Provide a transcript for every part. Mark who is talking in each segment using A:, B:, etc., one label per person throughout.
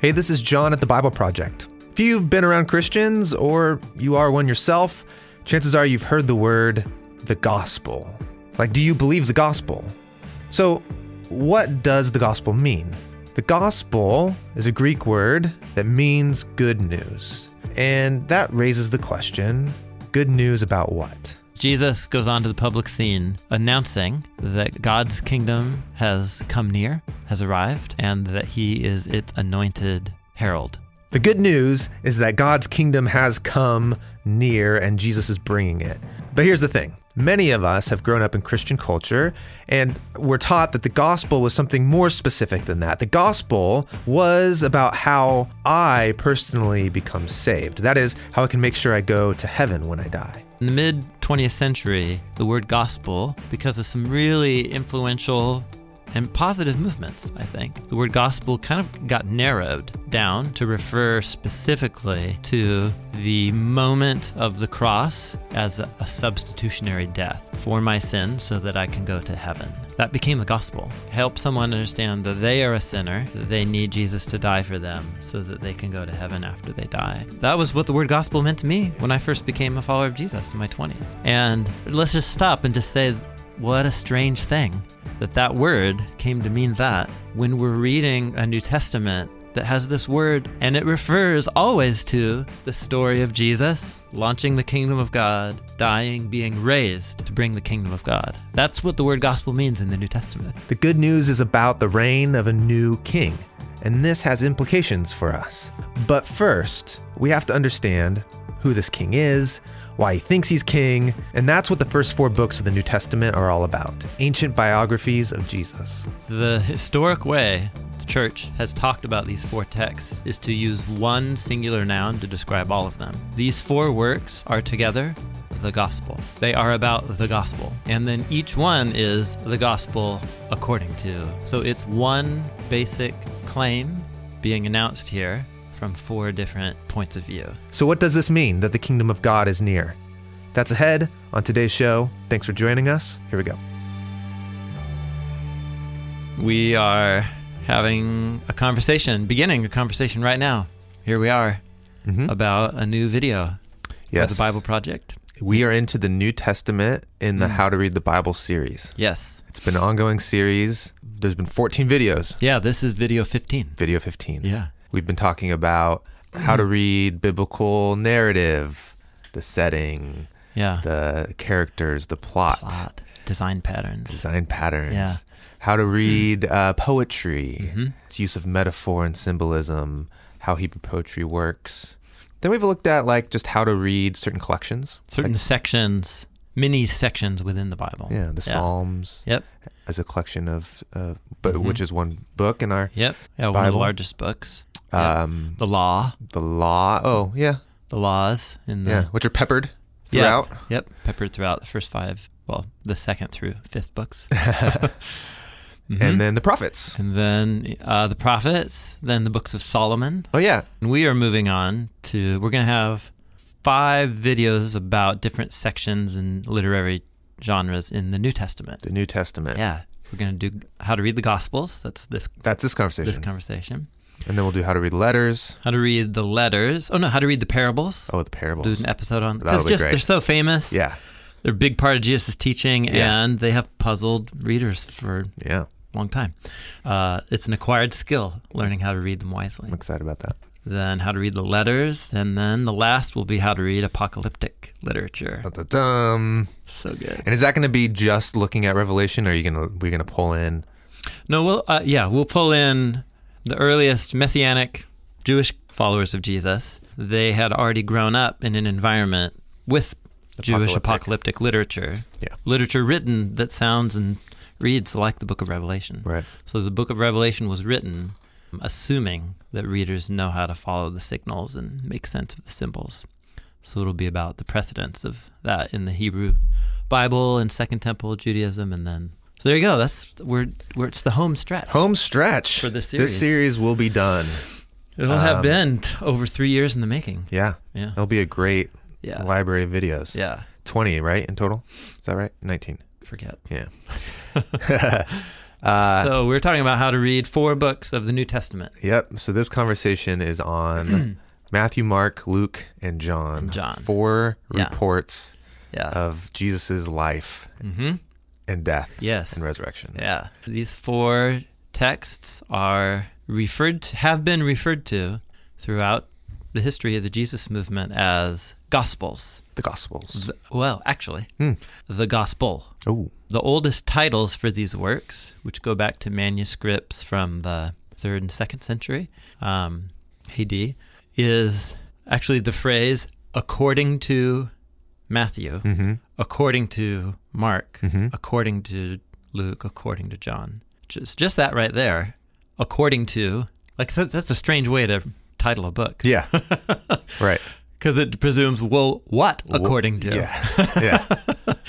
A: Hey, this is John at the Bible Project. If you've been around Christians or you are one yourself, chances are you've heard the word the gospel. Like, do you believe the gospel? So, what does the gospel mean? The gospel is a Greek word that means good news. And that raises the question good news about what?
B: Jesus goes onto the public scene announcing that God's kingdom has come near, has arrived, and that he is its anointed herald.
A: The good news is that God's kingdom has come near and Jesus is bringing it. But here's the thing many of us have grown up in Christian culture and were taught that the gospel was something more specific than that. The gospel was about how I personally become saved, that is, how I can make sure I go to heaven when I die.
B: In the mid 20th century, the word gospel, because of some really influential and positive movements, I think. The word gospel kind of got narrowed down to refer specifically to the moment of the cross as a, a, substitutionary death for my sin so that I can go to heaven. That became the gospel. Help someone understand that they are a sinner, that they need Jesus to die for them so that they can go to heaven after they die. That was what the word gospel meant to me when I first became a follower of Jesus in my 20s. And let's just stop and just say, what a strange thing that that word came to mean that when we're reading a New Testament that has this word and it refers always to the story of Jesus launching the kingdom of God, dying, being raised to bring the kingdom of God. That's what the word gospel means in the New Testament.
A: The good news is about the reign of a new king. And this has implications for us. But first, we have to understand who this king is, why he thinks he's king, and that's what the first four books of the New Testament are all about ancient biographies of Jesus.
B: The historic way the church has talked about these four texts is to use one singular noun to describe all of them. These four works are together the gospel. They are about the gospel. And then each one is the gospel according to. So it's one basic claim being announced here from four different points of view.
A: So, what does this mean that the kingdom of God is near? That's ahead on today's show. Thanks for joining us. Here we go.
B: We are having a conversation, beginning a conversation right now. Here we are mm-hmm. about a new video
C: yes.
B: of the Bible Hmm. Project.
C: We are into the New Testament in the mm. How to Read the Bible series.
B: Yes.
C: It's been an ongoing series. There's been 14 videos.
B: Yeah, this is video 15.
C: Video 15.
B: Yeah.
C: We've been talking about how to read biblical narrative, the setting,
B: yeah.
C: the characters, the plot,
B: plot, design patterns,
C: design patterns,
B: yeah.
C: how to read uh, poetry, mm-hmm. its use of metaphor and symbolism, how Hebrew poetry works. Then we've looked at like just how to read certain collections,
B: certain
C: like,
B: sections, many sections within the Bible.
C: Yeah, the yeah. Psalms.
B: Yep.
C: As a collection of, uh, but mm-hmm. which is one book in our
B: yep, yeah,
C: Bible.
B: one of the largest books. Um, the law.
C: The law. Oh, yeah.
B: The laws in the
C: yeah, which are peppered throughout.
B: Yeah. Mm-hmm. Yep, peppered throughout the first five. Well, the second through fifth books.
C: mm-hmm. And then the prophets.
B: And then uh, the prophets. Then the books of Solomon.
C: Oh yeah.
B: And we are moving on to. We're gonna have five videos about different sections and literary genres in the New Testament.
C: The New Testament.
B: Yeah. We're gonna do how to read the Gospels. That's this.
C: That's this conversation.
B: This conversation.
C: And then we'll do how to read letters.
B: How to read the letters. Oh no, how to read the parables.
C: Oh, the parables.
B: Do an episode on
C: because
B: just
C: great.
B: they're so famous.
C: Yeah,
B: they're a big part of Jesus' teaching, yeah. and they have puzzled readers for
C: yeah
B: a long time. Uh, it's an acquired skill learning how to read them wisely.
C: I'm excited about that.
B: Then how to read the letters, and then the last will be how to read apocalyptic literature.
C: Dum.
B: So good.
C: And is that going to be just looking at Revelation, or are you gonna we're gonna pull in?
B: No, we'll uh, yeah we'll pull in the earliest messianic Jewish followers of Jesus, they had already grown up in an environment with apocalyptic. Jewish apocalyptic literature.
C: Yeah.
B: Literature written that sounds and reads like the book of Revelation.
C: Right.
B: So the book of Revelation was written assuming that readers know how to follow the signals and make sense of the symbols. So it'll be about the precedence of that in the Hebrew Bible and Second Temple Judaism and then so there you go. That's we're, we're it's the home stretch.
C: Home stretch
B: for this series.
C: This series will be done.
B: It'll um, have been over three years in the making.
C: Yeah,
B: yeah.
C: It'll be a great
B: yeah.
C: library of videos.
B: Yeah,
C: twenty right in total. Is that right? Nineteen.
B: Forget.
C: Yeah.
A: Uh,
B: so we're talking about how to read four books of the New Testament.
C: Yep. So this conversation is on Matthew, Mark, Luke, and John.
B: John.
C: Four
B: Yeah.
C: reports
B: Yeah.
C: of Jesus' life and death
B: Mm-hmm. Yes.
C: and resurrection.
B: Yeah. These four texts are referred to, have been referred to throughout the history of the Jesus movement as gospels.
C: The Gospels.
B: The- well, actually, the gospel.
C: Oh,
B: The oldest titles for these works, which go back to manuscripts from the third and second century um, AD, is actually the phrase according to Matthew, according to Mark, according to Luke, according to John. Just, just that right there, according to, like, so that's a strange way to title a book
C: yeah. right.
B: because it presumes, well, what according to? Um,
C: Yeah. Yeah.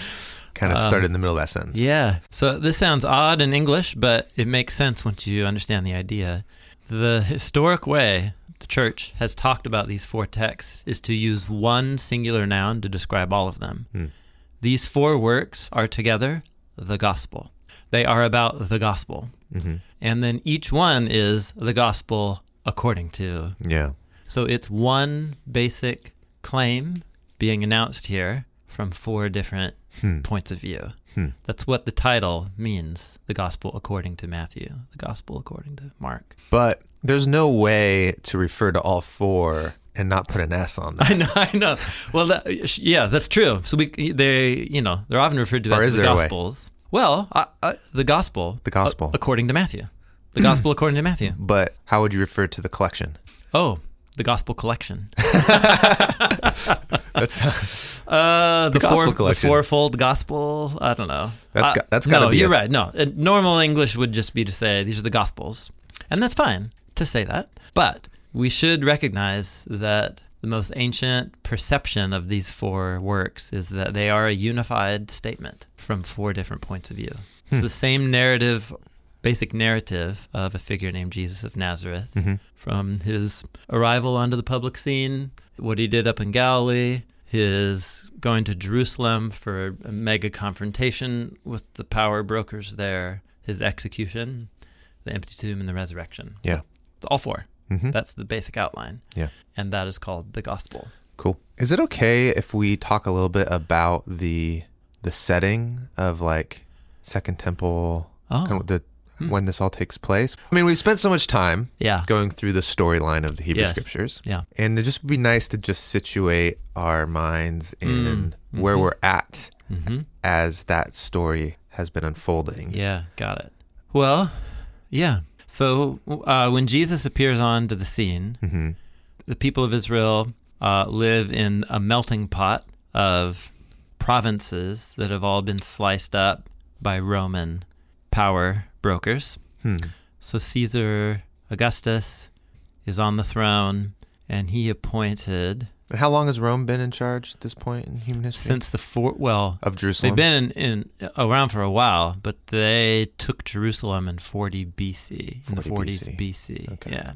C: kind of started in the middle of that sentence.
B: Yeah. So this sounds odd in English, but it makes sense once you understand the idea. The historic way the church has talked about these four texts is to use one singular noun to describe all of them. These four works are together the gospel. They are about the gospel. And then each one is the gospel according to
C: Yeah.
B: so it's one basic claim being announced here from four different
C: Hmm.
B: points of view. That's what the title means the gospel according to Matthew, the gospel according to Mark.
C: But there's no way to refer to all four and not put an S on that.
B: I know, I know. Well, that, yeah, that's true. So we they, you know, they're often referred to
C: Or
B: as
C: is
B: the
C: there a way?
B: gospels. Well, I, I, the gospel,
C: The gospel.
B: a- according to Matthew, the gospel according to Matthew.
C: But how would you refer to the collection?
B: Oh, the gospel collection.
C: That's
B: Uh, the,
C: gospel
B: four,
C: collection.
B: the fourfold gospel. I don't know.
C: That's
B: Uh,
C: got- that's gotta
B: no,
C: be
B: You're
C: a-
B: right. No, Uh, normal English would just be to say these are the gospels, and that's fine to say that. But we should recognize that the most ancient perception of these four works is that they are a unified statement from four different points of view. It's the same narrative, basic narrative of a figure named Jesus of Nazareth from his arrival onto the public scene, what he did up in Galilee, his going to Jerusalem for a mega confrontation with the power brokers there, his execution, the empty tomb, and the resurrection.
C: yeah.
B: It's all 4
C: Mhm.
B: That's the basic outline.
C: Yeah.
B: And that is called the gospel.
C: Cool. Is it okay if we talk a little bit about the the setting of like Second Temple?
B: Oh.
C: kind of the when this all takes place? I mean, we've spent so much time
B: Yeah.
C: going through the storyline of the Hebrew
B: Yes.
C: Scriptures,
B: Yeah.
C: and it just would be nice to just situate our minds in where we're at
B: Hmm. Mm-hmm.
C: as that story has been unfolding.
B: Yeah, got it. Well, yeah. So uh, when Jesus appears onto the scene,
C: Mhm.
B: the people of Israel uh, live in a melting pot of provinces that have all been sliced up by Roman power brokers.
C: Hmm.
B: So Caesar Augustus is on the throne, and he appointed
C: And How long has Rome been in charge at this point in human history?
B: since the four well
C: of Jerusalem.
B: They've been in, in around for a while, but they took Jerusalem in 40 BC, in the
C: 40
B: 40s
C: BC.
B: BC.
C: Okay.
B: Yeah.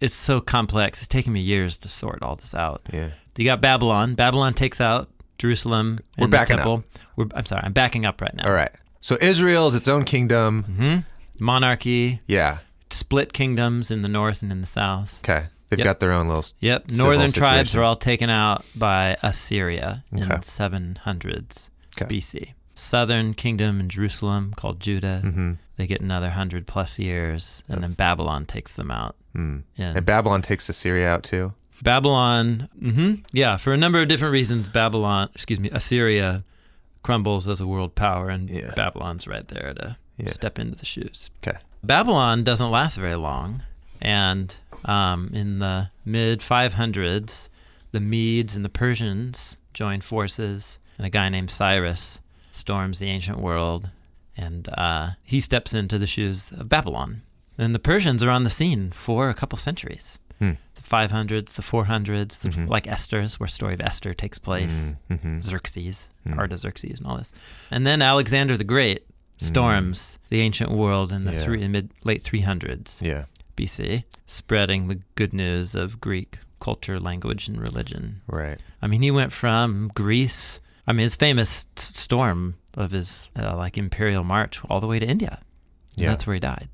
B: It's so complex. It's taken me years to sort all this out.
C: yeah.
B: You got Babylon. Babylon takes out Jerusalem.
C: We're
B: and the
C: backing up.
B: temple. We're, I'm sorry. I'm backing up right now.
C: All right. So Israel is its own kingdom.
B: Mhm. Monarchy,
C: Yeah.
B: split kingdoms in the north and in the south.
C: Okay. They've
B: Yep.
C: got their own little.
B: Yep.
C: Civil
B: Northern tribes
C: situation.
B: are all taken out by Assyria in
C: Okay.
B: 700s
C: Okay.
B: BC. Southern kingdom in Jerusalem called Judah.
C: Mm-hmm.
B: They get another hundred plus years, and then Babylon takes them out.
C: Mm.
B: Yeah.
C: And Babylon takes Assyria out too.
B: Babylon, hmm yeah, for a number of different reasons, Babylon, excuse me, Assyria crumbles as a world power, and
C: Yeah.
B: Babylon's right there to
C: Yeah.
B: step into the shoes.
C: Okay.
B: Babylon doesn't last very long, and um, in the mid 500s, the Medes and the Persians join forces, and a guy named Cyrus storms the ancient world, and uh, he steps into the shoes of Babylon. And the Persians are on the scene for a couple centuries.
C: Hmm.
B: The 500s, the 400s, the- like Esther's, where story of Esther takes place.
C: Mm-hmm.
B: Xerxes, Artaxerxes, and all this. And then Alexander the Great storms the ancient world in the
C: Hmm. Yeah.
B: three, mid late 300s
C: Yeah.
B: BC, spreading the good news of Greek culture, language, and religion.
C: Right.
B: I mean, he went from Greece. I mean, his famous s- storm of his uh, like imperial march all the way to India. And
C: Yeah.
B: That's where he died.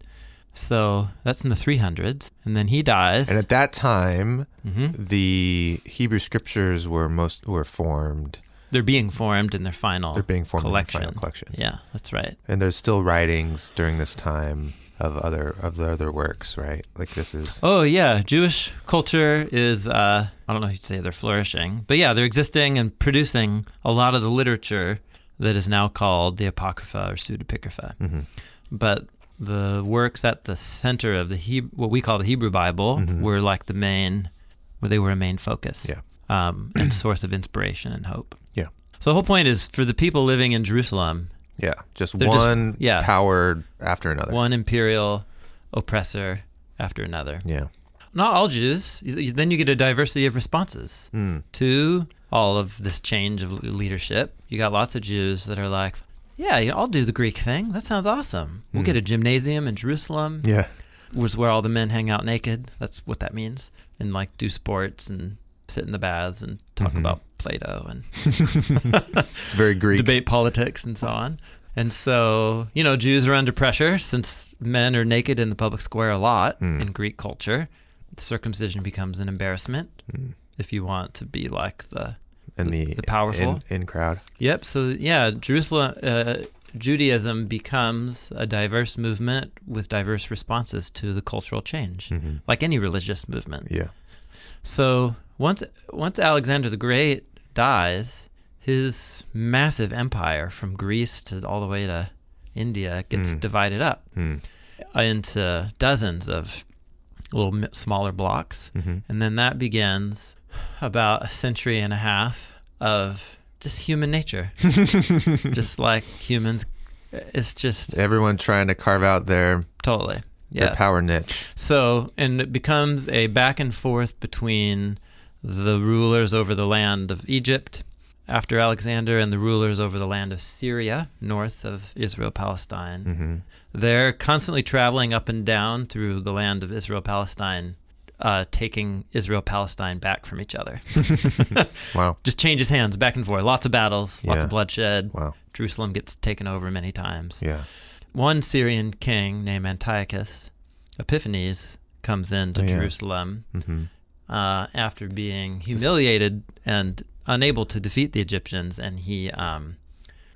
B: So that's in the 300s. And then he dies.
C: And at that time,
B: Mhm.
C: the Hebrew scriptures were most were formed.
B: They're being formed in their final
C: They're being formed
B: collection.
C: in the final collection.
B: Yeah, that's right.
C: And there's still writings during this time of other of the other works, right? Like this is
B: Oh yeah, Jewish culture is uh, I don't know if you'd say they're flourishing, but yeah, they're existing and producing a lot of the literature that is now called the Apocrypha or Pseudepigrapha.
C: Mm-hmm.
B: But the works at the center of the Hebrew, what we call the Hebrew Bible were like the main, where they were a main focus,
C: Mm-hmm. Yeah.
B: um, and source of inspiration and hope.
C: Yeah.
B: So the whole point is for the people living in Jerusalem,
C: yeah, just
B: They're just-
C: one
B: yeah.
C: power after another.
B: one imperial oppressor after another.
C: Yeah.
B: not all Jews. You- you- Then you get a diversity of responses to all of this change of l- leadership. You got lots of Jews that are like, yeah, yeah, I'll do the Greek thing. That sounds awesome. We'll get a gymnasium in Jerusalem,
C: Yeah.
B: was where all the men hang out naked. That's what that means. And like do sports and sit in the baths and talk about Plato and
C: It's very Greek.
B: debate politics and so on. And so, you know, Jews are under pressure since men are naked in the public square a lot in Greek culture. Circumcision becomes an embarrassment if you want to be like the.
C: and the,
B: the powerful.
C: in, in crowd.
B: Yep. So, yeah, Jerusalem, uh, Judaism becomes a diverse movement with diverse responses to the cultural change, like any religious movement.
C: Yeah.
B: So once once Alexander the Great dies, his massive empire from Greece to all the way to India gets divided up
C: Hmm.
B: into dozens of little mi- smaller blocks,
C: Hmm. Mm-hmm.
B: and then that begins about a century and a half of just human nature, just like humans. It's just
C: Everyone trying to carve out their
B: totally yeah.
C: their power niche.
B: So, and it becomes a back and forth between the rulers over the land of Egypt after Alexander and the rulers over the land of Syria, north of Israel Palestine.
C: Hmm. Mm-hmm.
B: They're constantly traveling up and down through the land of Israel Palestine, uh, taking Israel Palestine back from each other.
C: Wow.
B: Just changes hands back and forth. Lots of battles, lots
C: Yeah.
B: of bloodshed.
C: Wow.
B: Jerusalem gets taken over many times
C: Yeah.
B: one Syrian king named Antiochus Epiphanes comes into
C: Oh, yeah.
B: Jerusalem
C: Mhm.
B: uh, after being humiliated and unable to defeat the Egyptians, and he um,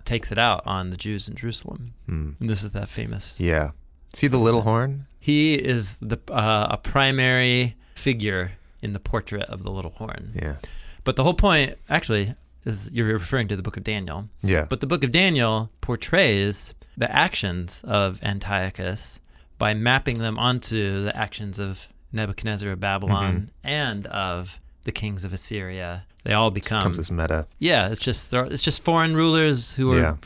B: takes it out on the Jews in Jerusalem. And this is that famous.
C: Mm. Yeah. See the little horn?
B: He is the uh, a primary figure in the portrait of the little horn.
C: Yeah.
B: But the whole point, actually, is you're referring to the book of Daniel.
C: Yeah.
B: But the book of Daniel portrays the actions of Antiochus by mapping them onto the actions of Nebuchadnezzar of
C: Mm-hmm.
B: Babylon and of the kings of Assyria. They all become
C: comes this meta.
B: yeah. It's just they're- it's just foreign rulers who are
C: Yeah.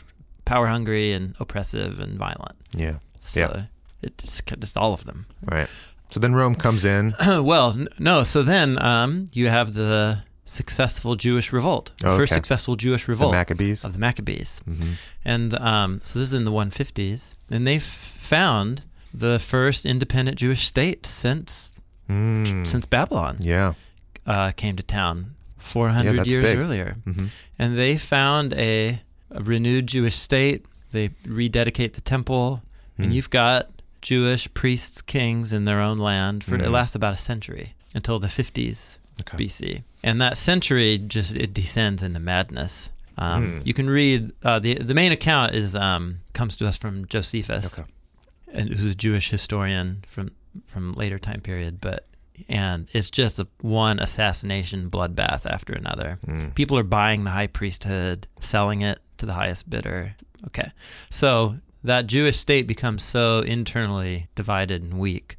B: power hungry and oppressive and violent.
C: Yeah.
B: So
C: Yeah.
B: it just just all of them.
C: Right. So then Rome comes in.
B: well, n- no. So then um, you have the successful Jewish revolt, the
C: Oh,
B: first
C: okay.
B: successful Jewish
C: The
B: revolt
C: Maccabees. Mm-hmm.
B: of the Maccabees. And um, so this is in the 150s. And they f- found the first independent Jewish state since
C: Mm.
B: since Babylon
C: Yeah.
B: uh, came to town 400
C: Yeah, that's
B: years
C: big.
B: earlier.
C: Mm-hmm.
B: And they found a, a renewed Jewish state. They rededicate the temple.
C: Hmm.
B: And you've got Jewish priests, kings in their own land
C: Hmm.
B: for it lasts about a century until the 50s.
C: Okay.
B: BC. And that century just it descends into madness.
C: Hmm.
B: Um, You can read uh, the the main account is um, comes to us from Josephus,
C: Okay.
B: and who's a Jewish historian from from later time period, but and it's just a, one assassination bloodbath after another.
C: Mm.
B: People are buying the high priesthood, selling it to the highest bidder. Okay, so that Jewish state becomes so internally divided and weak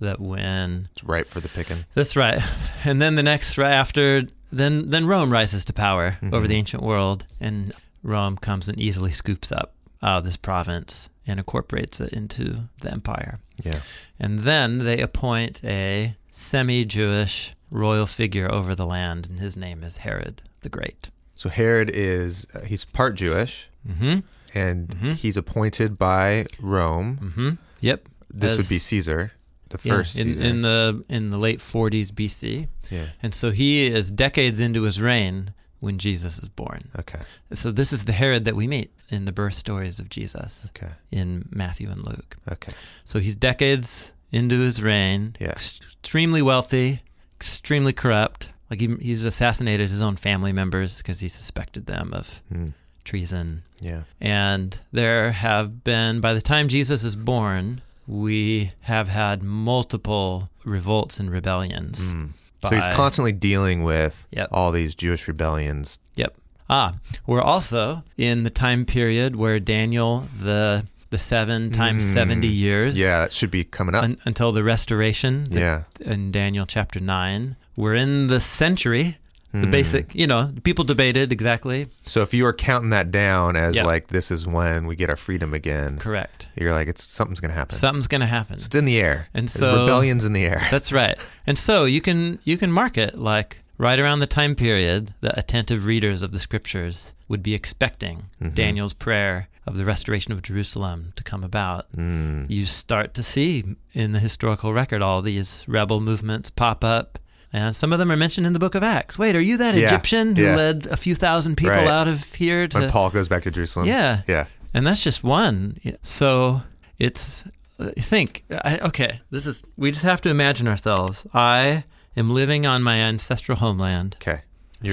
B: that when
C: Mm. It's ripe for the picking.
B: that's right. And then the next right after then then Rome rises to power
C: Mm-hmm.
B: over the ancient world and Rome comes and easily scoops up uh, this province and incorporates it into the empire.
C: Yeah.
B: And then they appoint a semi-Jewish royal figure over the land and his name is Herod the Great.
C: So Herod is uh, he's part Jewish
B: Mhm.
C: and he's appointed by Rome.
B: Mhm. Yep.
C: This would
B: As-
C: be Caesar, the
B: yeah,
C: first
B: in,
C: Caesar.
B: in the in the late 40s BC.
C: yeah.
B: And so he is decades into his reign when Jesus is born.
C: Okay.
B: So this is the Herod that we meet in the birth stories of Jesus
C: Okay.
B: in Matthew and Luke.
C: Okay.
B: So he's decades into his reign,
C: Yeah.
B: extremely wealthy, extremely corrupt. Like he, he's assassinated his own family members because he suspected them of
C: Mm.
B: treason.
C: Yeah.
B: And there have been, by the time Jesus is born, we have had multiple revolts and rebellions.
C: Hmm. So he's
B: by-
C: constantly dealing with
B: Yep.
C: all these Jewish rebellions.
B: Yep. Ah, we're also in the time period where Daniel, the the seven times seventy years,
C: Mm. Yeah, that should be coming up.
B: un- until the restoration, the-
C: Yeah.
B: in Daniel chapter nine, we're in the century. The
C: Mm.
B: basic, you know, people debated exactly
C: So if you are counting that down as
B: Yeah.
C: like this is when we get our freedom again,
B: correct.
C: you're like it's something's gonna happen.
B: Something's going to happen.
C: it's in the air.
B: And
C: There's
B: so-
C: rebellions in the air.
B: That's right. And so you can you can mark it like right around the time period the attentive readers of the scriptures would be expecting
C: Mm-hmm.
B: Daniel's prayer of the restoration of Jerusalem to come about.
C: Hmm.
B: You start to see in the historical record all these rebel movements pop up. And some of them are mentioned in the book of Acts. Wait, are you that
C: Yeah.
B: Egyptian who
C: Yeah.
B: led a few thousand people
C: Right.
B: out of here to
C: When Paul goes back to Jerusalem.
B: Yeah.
C: Yeah.
B: and that's just one. So it's uh, think I, okay. This is we just have to imagine ourselves. I am living on my ancestral homeland
C: Okay.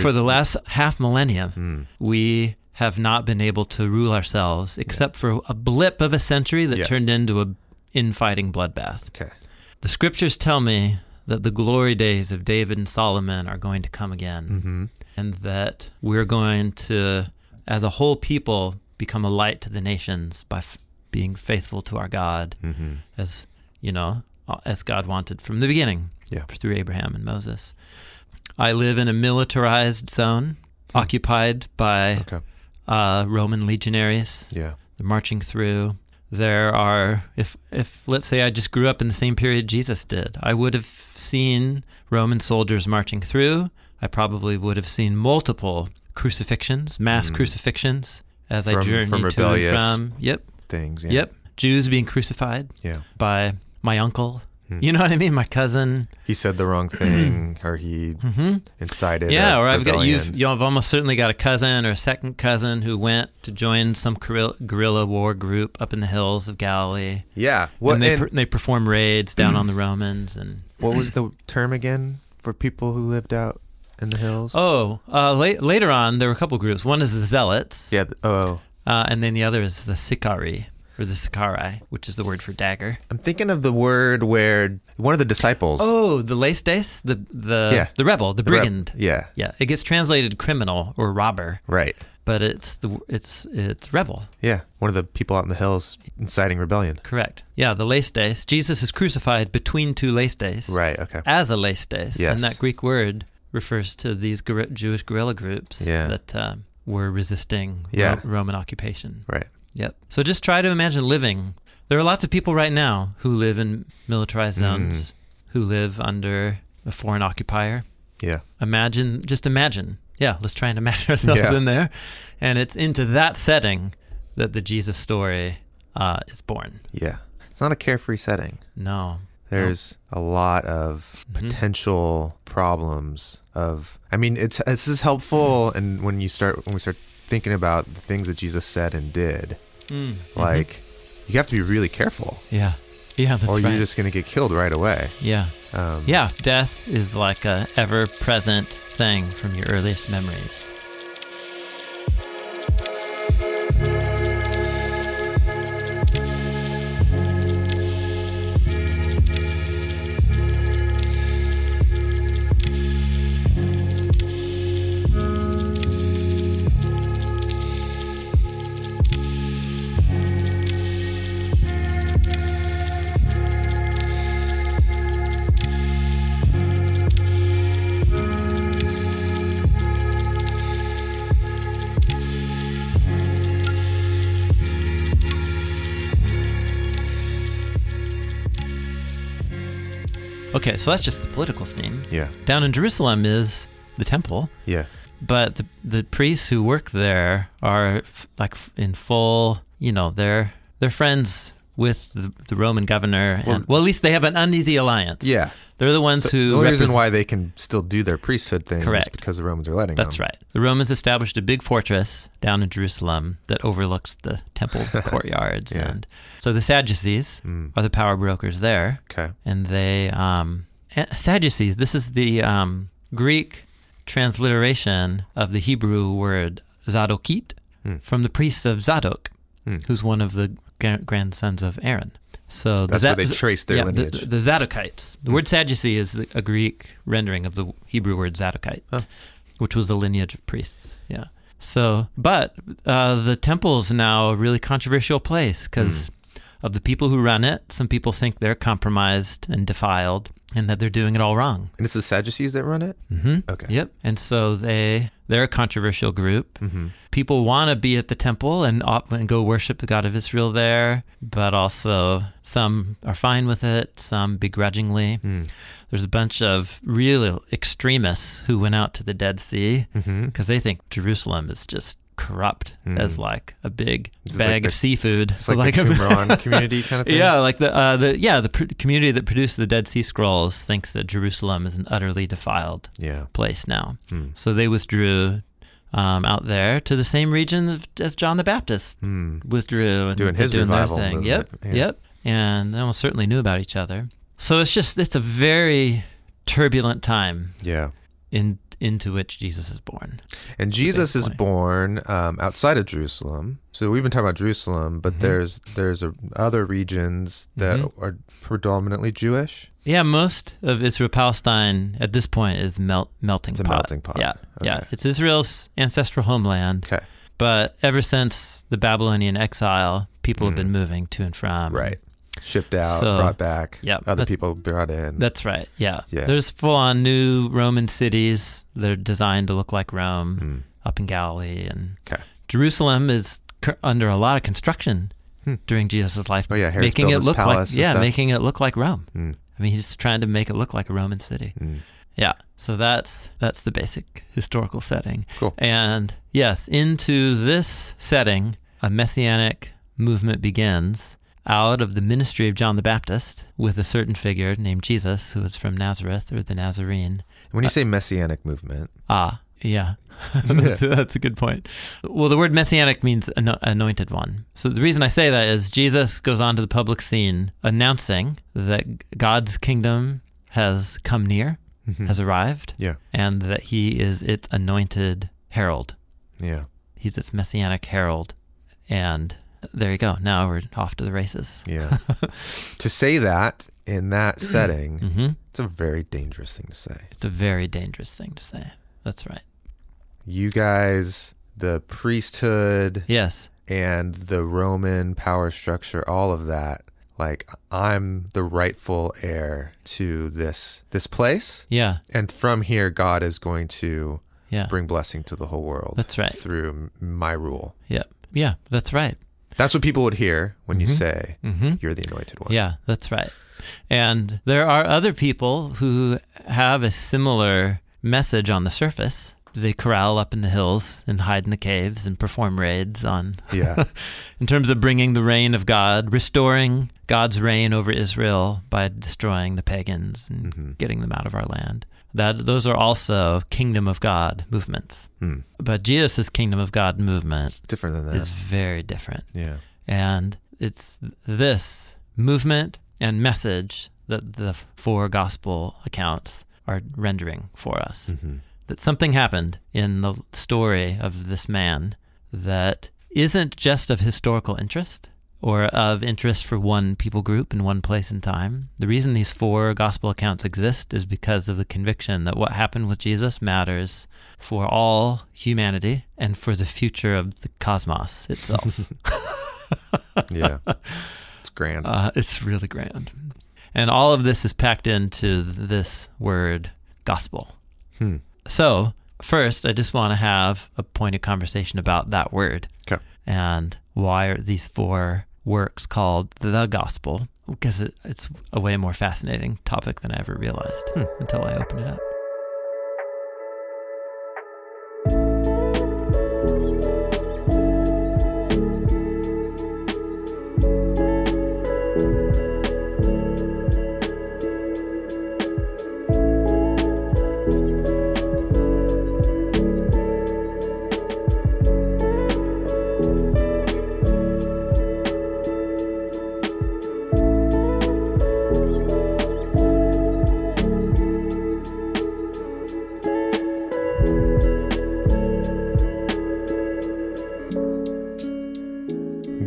B: for the last half millennium.
C: Hmm.
B: We have not been able to rule ourselves, except for a blip of a century that
C: Yeah.
B: turned into a infighting bloodbath.
C: Okay.
B: The scriptures tell me that the glory days of David and Solomon are going to come again,
C: Hmm. Mm-hmm.
B: and that we're going to, as a whole people, become a light to the nations by f- being faithful to our God,
C: Mm-hmm.
B: as you know, as God wanted from the beginning
C: Yeah.
B: through Abraham and Moses. I live in a militarized zone occupied by
C: Okay.
B: uh, Roman legionaries
C: Yeah.
B: they're marching through. There are if if let's say I just grew up in the same period Jesus did, I would have seen Roman soldiers marching through. I probably would have seen multiple crucifixions, mass crucifixions, as I
C: Hmm. From-
B: journeyed
C: from
B: to and
C: rebellious-
B: from. Yep,
C: Things. Yeah.
B: yep. Jews being crucified
C: Yeah.
B: by my uncle.
C: Hmm.
B: You know what I mean? My cousin.
C: He said the wrong thing or he incited.
B: Mm-hmm. Yeah,
C: a
B: or I've got you've
C: rebellion.
B: you've almost certainly got a cousin or a second cousin who went to join some guerrilla, guerrilla war group up in the hills of Galilee.
A: Yeah.
C: What
B: and they,
C: and
B: per, they perform raids down on the Romans and
C: what was the term again for people who lived out in the hills?
B: oh uh, la- later on there were a couple groups one is the zealots
C: Yeah. th- Oh,
B: uh, and then the other is the sicari or the sicari which is the word for dagger
A: I'm thinking of the word where one of the disciples.
B: oh the laestace the the
A: Yeah.
B: the rebel the
A: rep-
B: brigand
A: Yeah.
B: yeah it gets translated criminal or robber
A: Right.
B: but it's the it's it's rebel
A: Yeah.
C: one of the people out in the hills inciting rebellion.
B: correct yeah the laestace Jesus is crucified between two laestace
C: Right. Okay.
B: as a laestes.
C: Yes.
B: And that Greek word refers to these guer- Jewish guerrilla groups
C: Yeah.
B: that um, were resisting Ro-
C: Yeah.
B: Roman occupation.
C: Right.
B: Yep. So just try to imagine living. There are lots of people right now who live in militarized
C: Mm-hmm.
B: zones, who live under a foreign occupier.
C: Yeah.
B: Imagine, just imagine. Yeah, let's try and imagine ourselves
C: Yeah.
B: in there. And it's into that setting that the Jesus story uh, is born.
C: Yeah. It's not a carefree setting.
B: No. Mm-hmm.
C: There's a lot of potential problems of I mean it's this is helpful
B: Mm-hmm.
C: and when you start when we start thinking about the things that Jesus said and did
B: Mm.
C: like you have to be really careful
B: Yeah. Yeah, that's
C: or
B: right.
C: you're just going to get killed right away.
B: yeah.
C: Um,
B: Yeah, death is like a ever-present thing from your earliest memories. Okay, so that's just the political scene.
C: Yeah.
B: Down in Jerusalem is the temple,
C: Yeah.
B: but the, the priests who work there are f- like f- in full, you know, they're they're friends with the, the Roman governor. And, well, at least they have an uneasy alliance.
C: Yeah.
B: They're the ones who.
C: The only reason
B: represent-
C: why they can still do their priesthood thing
B: Correct.
C: is because the Romans are letting
B: That's
C: them.
B: right. The Romans established a big fortress down in Jerusalem that overlooks the temple courtyards,
C: Yeah.
B: and so the Sadducees are the power brokers there,
C: Mm, Okay.
B: and they um, eh, Sadducees. This is the um, Greek transliteration of the Hebrew word Zadokit
C: Hmm.
B: from the priests of Zadok, who's one of the gra- grandsons of Aaron. So the
C: That's where they trace their
B: yeah, the-
C: lineage.
B: The, the Zadokites. The word Sadducee is the- a Greek rendering of the Hebrew word Zadokite, which was the lineage of priests. Yeah. So, but uh, the temple's now a really controversial place because
C: Hmm.
B: of the people who run it. Some people think they're compromised and defiled, and that they're doing it all wrong.
C: And it's the Sadducees that run it?
B: hmm
C: Okay.
B: Yep. And so they they're a controversial group.
C: Mhm.
B: People want to be at the temple and, op- and go worship the God of Israel there, but also some are fine with it, some begrudgingly.
C: Mm-hmm.
B: There's a bunch of real extremists who went out to the Dead Sea because
C: Mm-hmm.
B: they think Jerusalem is just corrupt as like a big
C: Hmm. This is
B: bag
C: like
B: of
C: the-
B: seafood.
C: It's like, the
B: a-
C: Qumran community kind of thing?
B: yeah, like the uh, the yeah the pr- community that produced the Dead Sea Scrolls thinks that Jerusalem is an utterly defiled
C: Yeah. Mm.
B: place now. So they withdrew um, out there to the same region of- as John the Baptist
C: Mm,
B: withdrew and
C: Doing
B: they're
C: his
B: doing
C: revival
B: their thing.
C: movement,
B: Yep,
C: yeah.
B: yep. And they almost certainly knew about each other. So it's just it's a very turbulent time
C: Yeah.
B: in into which Jesus is born.
C: And Jesus is
B: point.
C: born um, outside of Jerusalem. So we've been talking about Jerusalem,
B: Mm-hmm.
C: but there's there's a, other regions that are predominantly Jewish.
B: Yeah, most of Israel Palestine at this point is melt melting
C: It's a
B: pot.
C: melting pot.
B: Yeah, yeah.
C: Okay.
B: It's Israel's ancestral homeland.
C: Okay.
B: But ever since the Babylonian exile, people have been moving to and from.
C: Mm. Right. Shipped out,
B: Um, So-
C: brought back.
B: Yeah,
C: Other
B: that-
C: people brought in.
B: That's right. Yeah.
C: Yeah.
B: There's full on new Roman cities that are designed to look like Rome
C: Hmm.
B: up in Galilee. And
C: okay.
B: Jerusalem is cur- under a lot of construction during Jesus' life.
C: Hmm. Oh, yeah, Herod's
B: making
C: built
B: it
C: his
B: look like,
C: palace and
B: yeah,
C: stuff. Hmm.
B: making it look like Rome. I mean, he's trying to make it look like a Roman city.
C: Mm.
B: Yeah. So that's that's the basic historical setting.
C: Cool.
B: And yes, into this setting, a messianic movement begins out of the ministry of John the Baptist with a certain figure named Jesus who was from Nazareth or the Nazarene.
C: When you say messianic movement,
B: Ah, yeah. that's, that's a good point. Well, the word messianic means ano- anointed one. So the reason I say that is Jesus goes onto the public scene announcing that God's kingdom has come near,
C: Mm-hmm.
B: has arrived,
C: yeah,
B: and that he is its anointed herald.
C: yeah.
B: He's its messianic herald. And there you go. Now we're off to the races.
C: Yeah. to say that in that setting,
B: hmm
C: it's a very dangerous thing to say.
B: It's a very dangerous thing to say. That's right.
C: You guys, the priesthood
B: Yes.
C: and the Roman power structure, all of that, like I'm the rightful heir to this this place.
B: Yeah.
C: And from here God is going to
B: Yeah.
C: bring blessing to the whole world.
B: That's right.
C: Through m- my rule.
B: Yeah. Yeah. That's right.
C: That's what people would hear when you say
B: Mm-hmm.
C: you're the anointed one.
B: Yeah, that's right. And there are other people who have a similar message on the surface. They corral up in the hills and hide in the caves and perform raids on,
C: Yeah.
B: in terms of bringing the reign of God, restoring God's reign over Israel by destroying the pagans and getting them out of our land. That those are also kingdom of God movements.
C: Hmm.
B: But Jesus' kingdom of God movement
C: Different than that.
B: is very different.
C: yeah.
B: And it's this movement and message that the four gospel accounts are rendering for us.
C: Mm-hmm.
B: That something happened in the story of this man that isn't just of historical interest or of interest for one people group in one place and time. The reason these four gospel accounts exist is because of the conviction that what happened with Jesus matters for all humanity and for the future of the cosmos itself.
C: Yeah. it's grand.
B: Uh, it's really grand. And all of this is packed into this word gospel.
C: Hmm.
B: So, first, I just want to have a pointed conversation about that word
C: Okay.
B: and why are these four works called the gospel? Because it, it's a way more fascinating topic than I ever realized until I opened it up.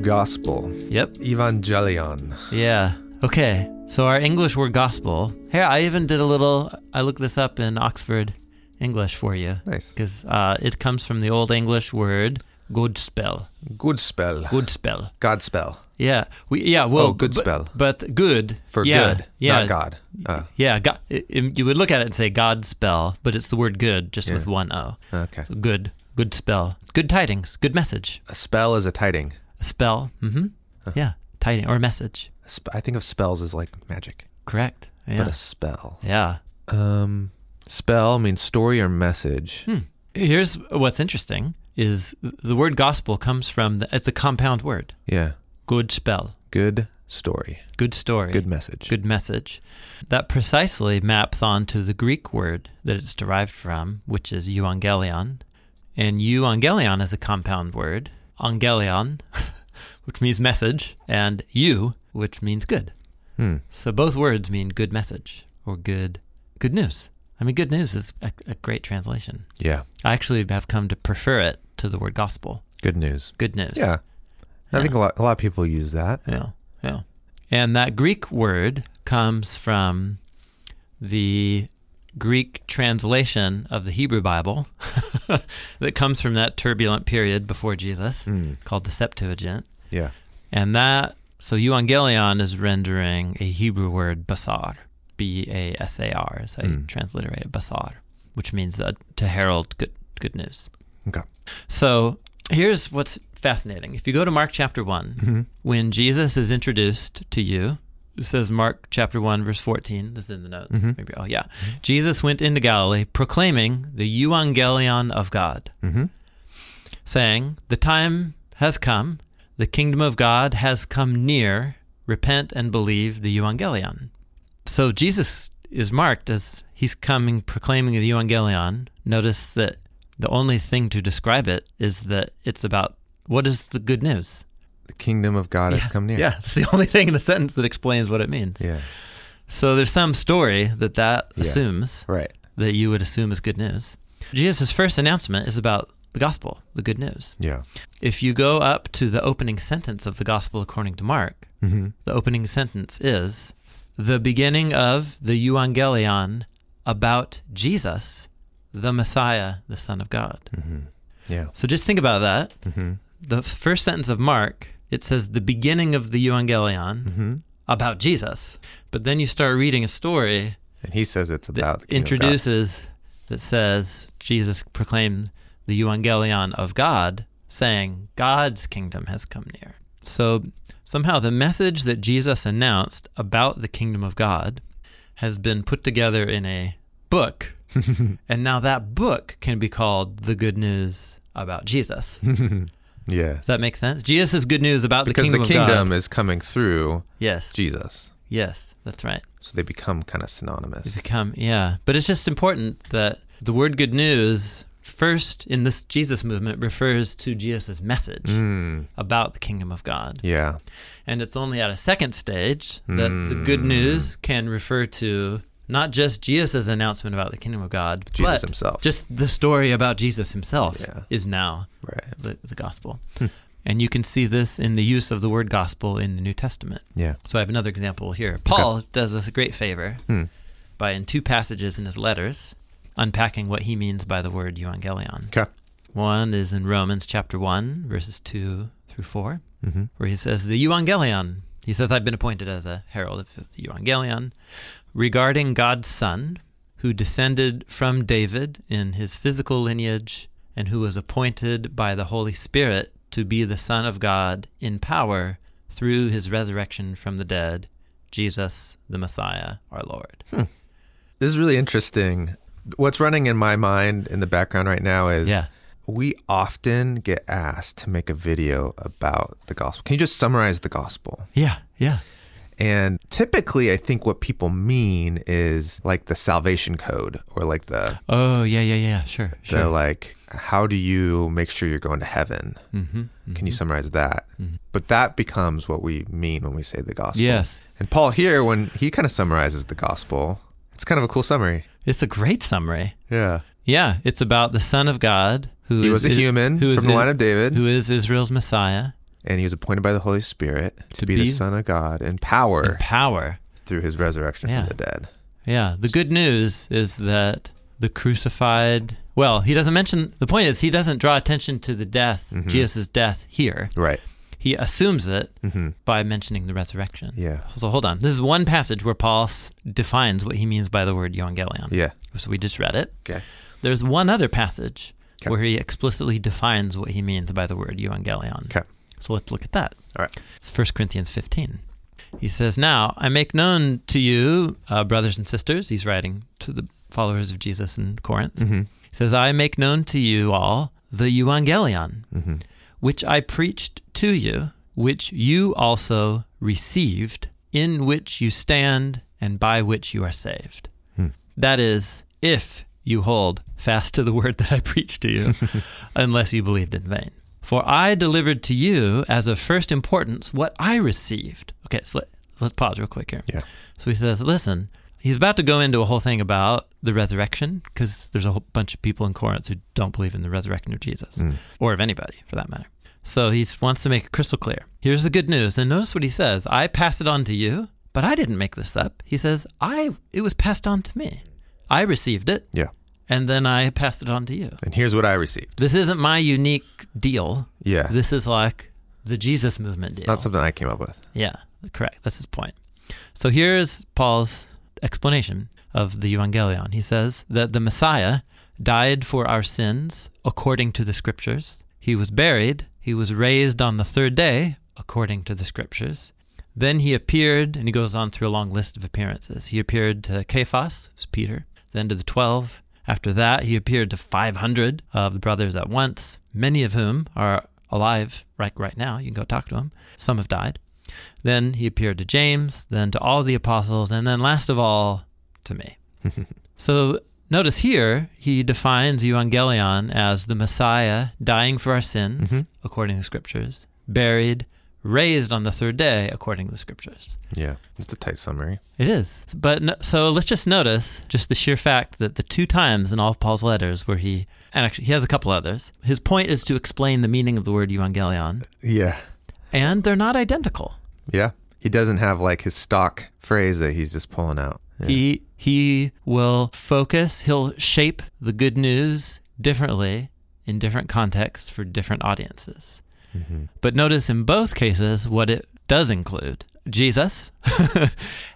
A: Gospel.
B: Yep.
A: Evangelion.
B: Yeah. Okay. So our English word gospel. Here, I even did a little. I looked this up in Oxford English for you
A: Nice.
B: because uh, it comes from the Old English word godspell.
A: Good spell.
B: Godspell.
A: God spell.
B: Yeah. We. Yeah. Well.
A: Oh, good
B: bu-
A: spell.
B: But good
A: For
B: yeah,
A: good,
B: Yeah.
A: not God. Uh,
B: Yeah. God, you would look at it and say God spell, but it's the word good just
A: Yeah.
B: with one o.
A: okay.
B: So good. Good spell. Good tidings. Good message.
A: A spell is a tiding.
B: A spell. Mm-hmm. Yeah. Tiding or message.
A: A sp- I think of spells as like magic,
B: Correct. Yeah.
A: but a spell.
B: yeah.
A: Um, spell means story or message.
B: Hmm. Here's what's interesting is the word gospel comes from the, it's a compound word.
A: Yeah.
B: Good spell,
A: Good story.
B: good story,
A: Good message.
B: good message. That precisely maps onto the Greek word that it's derived from, which is euangelion. And euangelion is a compound word, angelion, which means message, and you, which means good.
A: Hmm.
B: So both words mean good message or good good news. I mean, good news is a, a great translation.
A: Yeah.
B: I actually have come to prefer it to the word gospel.
A: Good news.
B: Good news.
A: Yeah. I think a lot, a lot of people use that.
B: Yeah. Yeah. And that Greek word comes from the Greek translation of the Hebrew Bible that comes from that turbulent period before Jesus called the Septuagint.
A: Yeah.
B: And that, so euangelion is rendering a Hebrew word basar, B A S A R, is how you
A: Mm.
B: transliterate it, basar, which means uh, to herald good, good news.
A: Okay.
B: So here's what's fascinating. If you go to Mark chapter one
A: Mm-hmm.
B: when Jesus is introduced to you, it says Mark chapter 1, verse 14. This is in the notes. Maybe, oh, yeah. Jesus went into Galilee proclaiming the euangelion of God,
A: Mhm.
B: saying, The time has come, the kingdom of God has come near. Repent and believe the euangelion. So Jesus is marked as he's coming proclaiming the euangelion. Notice that the only thing to describe it is that it's about what is the good news?
A: The kingdom of God has come near.
B: Yeah, that's the only thing in the sentence that explains what it means.
A: Yeah.
B: So there's some story that that
A: Yeah.
B: assumes
A: Right.
B: that you would assume is good news. Jesus' first announcement is about the gospel, the good news.
A: Yeah.
B: If you go up to the opening sentence of the gospel according to Mark,
A: Mm-hmm.
B: the opening sentence is the beginning of the euangelion about Jesus, the Messiah, the Son of God.
A: Yeah.
B: So just think about that.
A: Mm-hmm.
B: The first sentence of Mark, it says the beginning of the euangelion
A: Mm-hmm.
B: about Jesus. But then you start reading a story
A: And he says it's
B: that
A: about the kingdom of God.
B: introduces that says Jesus proclaimed the euangelion of God, saying, God's kingdom has come near. So somehow the message that Jesus announced about the kingdom of God has been put together in a book. and now that book can be called the good news about Jesus. Does
A: Yeah.
B: that make sense? Jesus' good news about
A: Because
B: the kingdom
A: the
B: of
A: kingdom
B: God.
A: is coming through
B: Yes.
A: Jesus.
B: Yes, that's right.
A: So they become kind of
B: It's
A: synonymous.
B: become yeah, but it's just important that the word good news first in this Jesus movement refers to Jesus' message
A: Mm.
B: about the kingdom of God,
A: Yeah.
B: and it's only at a second stage that the
A: Mm.
B: good news can refer to not just Jesus' announcement about the kingdom of God,
A: Jesus
B: but
A: himself.
B: just the story about Jesus himself
A: Yeah. Hmm.
B: is now
A: Right.
B: the, the gospel. And you can see this in the use of the word gospel in the New Testament.
A: Yeah.
B: So I have another example here. Paul does us a great favor
A: Hmm.
B: by, in two passages in his letters, unpacking what he means by the word euangelion.
A: Okay.
B: One is in Romans chapter 1, verses 2 through 4,
A: Mhm.
B: where he says, The euangelion. He says, I've been appointed as a herald of the euangelion regarding God's Son, who descended from David in his physical lineage and who was appointed by the Holy Spirit to be the Son of God in power through his resurrection from the dead, Jesus the Messiah, our Lord.
A: This is really interesting. What's running in my mind in the background right now is
B: Yeah.
A: we often get asked to make a video about the gospel. Can you just summarize the gospel?
B: Yeah, yeah.
C: And typically, I think what people mean is like the salvation code or like the,
B: Oh, yeah, yeah, yeah. Sure,
C: the
B: sure.
C: like, how do you make sure you're going to heaven?
B: hmm
C: Can you summarize that? But that becomes what we mean when we say the gospel.
B: Mm-hmm. Yes.
C: And Paul here, when he kind of summarizes the gospel, it's kind of a cool summary.
B: It's a great summary.
C: Yeah.
B: Yeah, it's about the Son of God who
C: He
B: is-
C: was a
B: is-
C: human
B: who is
C: from the
B: Is-
C: line of David,
B: who is Israel's Messiah
C: and he was appointed by the Holy Spirit to,
B: To
C: be,
B: be-
C: the Son of God in power
B: in power.
C: through his resurrection
B: Yeah.
C: from the dead.
B: Yeah, the good news is that the crucified. Well, he doesn't mention. The point is, he doesn't draw attention to the death,
C: Mm-hmm.
B: Jesus' death here.
C: Right. Mm-hmm.
B: He assumes it by mentioning the resurrection.
C: Yeah.
B: So hold on. This is one passage where Paul s- defines what he means by the word euangelion.
C: Yeah.
B: So we just read it.
C: Okay.
B: There's one other passage
C: Okay.
B: where he explicitly defines what he means by the word euangelion.
C: Okay.
B: So let's look at that.
C: All right.
B: It's 1 Corinthians 15. He says, Now I make known to you, uh, brothers and sisters, he's writing to the followers of Jesus in Corinth.
C: Mm-hmm.
B: He says, I make known to you all the euangelion,
C: Mm-hmm.
B: which I preached to you, which you also received, in which you stand, and by which you are saved. That is, if you hold fast to the word that I preached to you, unless you believed in vain. For I delivered to you as of first importance what I received. Okay, so let, let's pause real quick here.
C: Yeah.
B: So he says, listen, he's about to go into a whole thing about the resurrection because there's a whole bunch of people in Corinth who don't believe in the resurrection of Jesus
C: Mm-hmm.
B: or of anybody for that matter. So he wants to make it crystal clear. Here's the good news. And notice what he says I pass it on to you, but I didn't make this up. He says, I it was passed on to me. I received it,
C: Yeah.
B: and then I passed it on to you.
C: And here's what I received.
B: This isn't my unique deal.
C: Yeah.
B: This is like the Jesus movement deal.
C: Not something I came up with.
B: Yeah, correct. That's his point. So here is Paul's explanation of the Evangelion. He says that the Messiah died for our sins according to the scriptures. He was buried. He was raised on the third day according to the scriptures. Then he appeared, and he goes on through a long list of appearances. He appeared to Cephas, who's Peter, then to the twelve. After that, he appeared to 500 of the brothers at once, many of whom are alive right, right now. You can go talk to them. Some have died. Then he appeared to James, then to all the apostles, and then last of all to me. so notice here, he defines Evangelion as the Messiah dying for our sins, according to the scriptures, buried, raised on the third day, according to the scriptures.
C: Yeah. It's a tight summary.
B: It is. But no, so let's just notice just the sheer fact that the two times in all of Paul's letters where he, and actually he has a couple others, his point is to explain the meaning of the word Evangelion,
C: Yeah.
B: and they're not identical.
C: Yeah. He doesn't have like his stock phrase that he's just pulling out. Yeah.
B: He he will focus, he'll shape the good news differently in different contexts for different audiences.
C: Mm-hmm.
B: But notice in both cases what it does include Jesus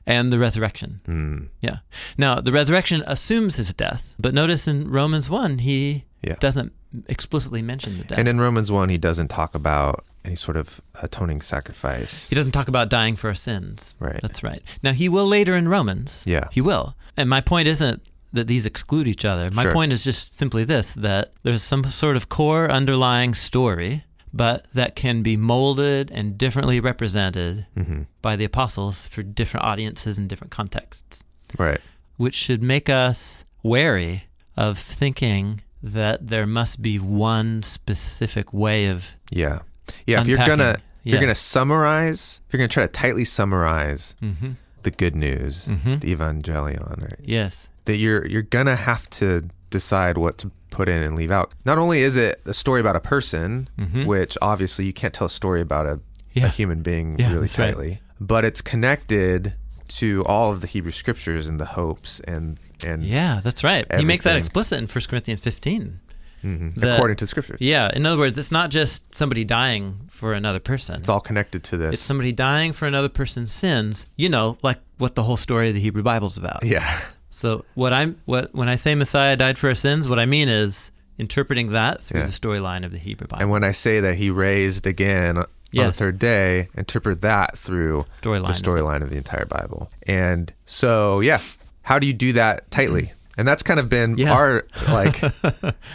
B: and the resurrection.
C: Mm.
B: Yeah. Now, the resurrection assumes his death, but notice in Romans 1, he
C: Yeah.
B: doesn't explicitly mention the death.
C: And in Romans 1, he doesn't talk about any sort of atoning sacrifice.
B: He doesn't talk about dying for our sins.
C: Right.
B: That's right. Now he will later in Romans.
C: Yeah.
B: He will. And my point isn't that these exclude each other. My
C: Sure.
B: point is just simply this that there's some sort of core underlying story, but that can be molded and differently represented
C: Mm-hmm.
B: by the apostles for different audiences and different contexts,
C: Right.
B: which should make us wary of thinking that there must be one specific way of
C: Yeah. Yeah. If you're
B: Unpacking.
C: gonna if you're
B: Yeah.
C: gonna summarize, if you're gonna try to tightly summarize
B: Mhm.
C: the good news,
B: Mm-hmm.
C: the evangelion, right?
B: yes.
C: That you're you're gonna have to decide what to put in and leave out. Not only is it a story about a person, which obviously you can't tell a story about a, a
B: Mm-hmm. Yeah.
C: human being
B: Yeah,
C: really
B: that's right.
C: tightly, but it's connected to all of the Hebrew scriptures and the hopes and and
B: Yeah, that's right. He makes that
C: everything.
B: explicit in 1 Corinthians 15. that-
C: mm-hmm, according to the scriptures.
B: Yeah, in other words, it's not just somebody dying for another person.
C: It's all connected to this.
B: It's somebody dying for another person's sins, you know, like what the whole story of the Hebrew Bible's about.
C: yeah.
B: So what I'm what when I say Messiah died for our sins, what I mean is interpreting that through
C: Yeah.
B: the storyline of the Hebrew Bible.
C: And when I say that he raised again on the
B: Yes.
C: third day, interpret that through
B: Storyline.
C: the storyline of the entire Bible. And so, yeah, how do you do that tightly? And that's kind of been
B: Yeah.
C: our like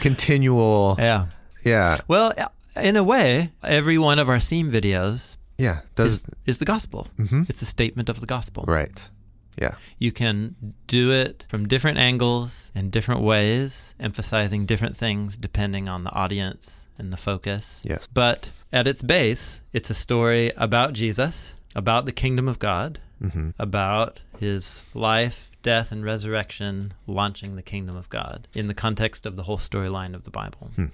C: continual,
B: yeah.
C: yeah,
B: Well, in a way, every one of our theme videos
C: Yeah. Does
B: is, is the gospel.
C: Mhm.
B: It's a statement of the gospel.
C: right. Yeah.
B: You can do it from different angles and different ways, emphasizing different things depending on the audience and the focus.
C: Yes.
B: But at its base, it's a story about Jesus, about the kingdom of God,
C: Mm-hmm.
B: about his life, death, and resurrection, launching the kingdom of God in the context of the whole storyline of the Bible.
C: Hmm.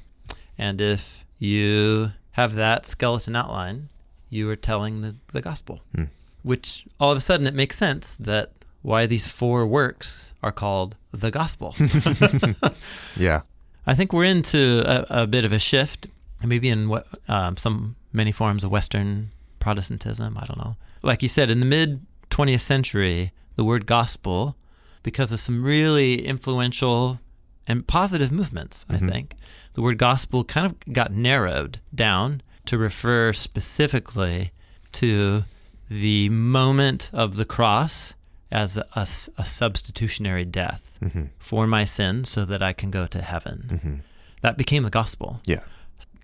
B: And if you have that skeleton outline, you are telling the, the gospel,
C: Hmm.
B: which all of a sudden it makes sense that why these four works are called the gospel.
C: Yeah.
B: I think we're into a, a bit of a shift, maybe in what um, some many forms of Western Protestantism. I don't know. Like you said, in the mid 20th century, the word gospel, because of some really influential and positive movements, I think, the word gospel kind of got narrowed down to refer specifically to the moment of the cross as a, a s- a substitutionary death
C: Mm-hmm.
B: for my sin so that I can go to heaven.
C: Mm-hmm.
B: That became the gospel.
C: Yeah.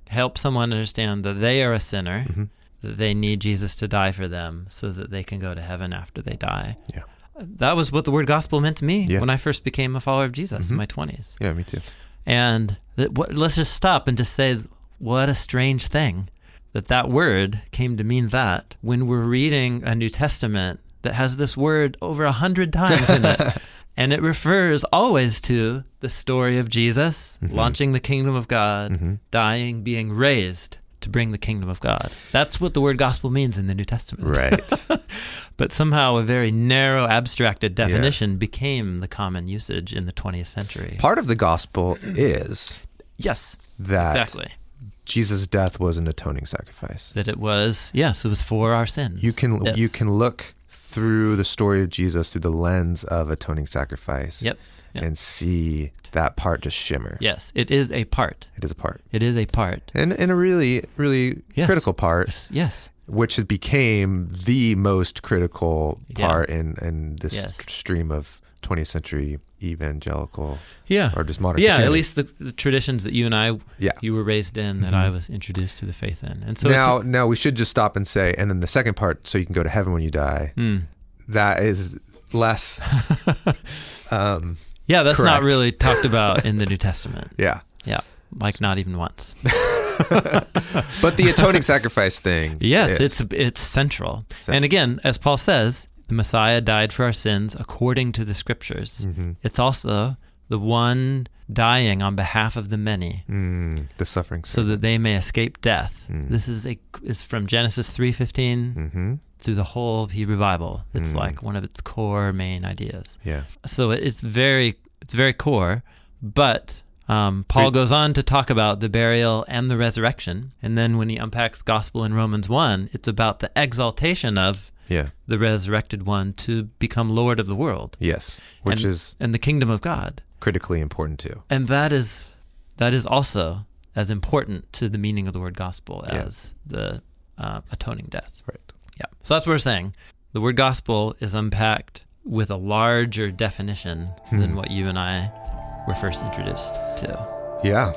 B: Help someone understand that they are a sinner,
C: Mhm.
B: that they need Jesus to die for them so that they can go to heaven after they die.
C: Yeah.
B: That was what the word gospel meant to me
C: Yeah.
B: when I first became a follower of Jesus in
C: Mhm.
B: my 20s.
C: Yeah. Me too.
B: And that, what, let's just stop and just say, what a strange thing that that word came to mean that when we're reading a New Testament that has this word over a hundred times in it. And it refers always to the story of Jesus launching the kingdom of God,
C: Mhm.
B: dying, being raised to bring the kingdom of God. That's what the word gospel means in the New Testament.
C: Right.
B: But somehow a very narrow, abstracted definition became the common usage in the 20th century.
C: Part of the gospel is
B: yes,
C: that
B: exactly.
C: Jesus' death was an atoning sacrifice.
B: that it was yes it was for our sins
C: You can
B: Yes.
C: you can look through the story of Jesus through the lens of atoning sacrifice.
B: yep yep.
C: And see that part just shimmer.
B: yes it is a part
C: It is a part.
B: it is a part
C: And, and a really, really
B: Yes.
C: critical part,
B: yes yes
C: which it became the most critical
B: Yeah.
C: part in, in this
B: Yes.
C: stream of 20th century evangelical
B: yeah
C: or just modern
B: yeah at
C: Christianity.
B: least the, the traditions that you and i
C: Yeah.
B: you were raised in that i was introduced to the faith in and so
C: Mm-hmm. now,
B: it's
C: now we should just stop and say, and then the second part, so you can go to heaven when you die.
B: Mm.
C: That is less. um,
B: yeah that's not
C: Correct.
B: really talked about in the new testament
C: yeah,
B: yeah like not even once
C: but the atoning sacrifice thing.
B: Yes,
C: is-
B: it's it's central.
C: Central.
B: And again, as Paul says, the Messiah died for our sins according to the scriptures.
C: Mm. Mm-hmm.
B: It's also the one dying on behalf of the many
C: Mm, the suffering.
B: so that they may escape death.
C: Mm.
B: This is a is from Genesis 3:15
C: Mm-hmm.
B: through the whole Hebrew Bible. It's
C: Mm.
B: like one of its core main ideas.
C: Yeah.
B: So it- it's very it's very core, but um, Paul
C: Three-
B: goes on to talk about the burial and the resurrection, and then when he unpacks gospel in Romans one, it's about the exaltation of
C: Yeah.
B: the resurrected one to become Lord of the world
C: Yes. Which
B: And-
C: is
B: and the kingdom of God,
C: critically important too.
B: and that is that is also as important to the meaning of the word gospel
C: Yeah.
B: as the uh, atoning death.
C: Right.
B: Yeah. So that's what we're saying. The word gospel is unpacked with a larger definition
C: Hmm.
B: than what you and I were first introduced to.
C: Yeah.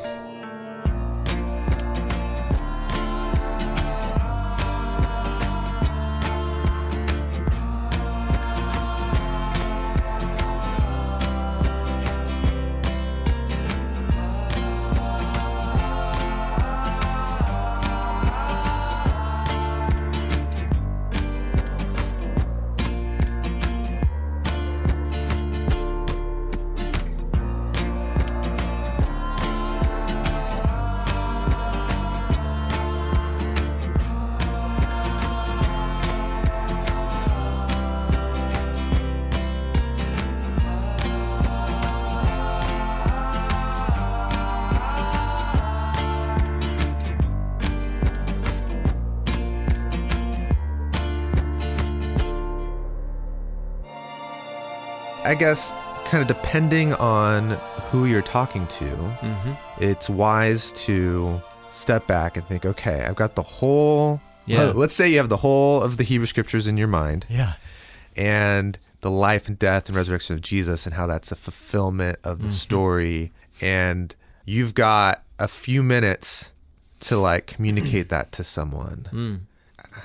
C: I guess kind of depending on who you're talking to,
B: Mm-hmm.
C: it's wise to step back and think, okay, I've got the whole. uh,
B: Yeah.
C: Let's say you have the whole of the Hebrew scriptures in your mind
B: Yeah.
C: and the life and death and resurrection of Jesus and how that's a fulfillment of
B: Mm-hmm.
C: the story. And you've got a few minutes to like communicate that to someone.
B: Mm.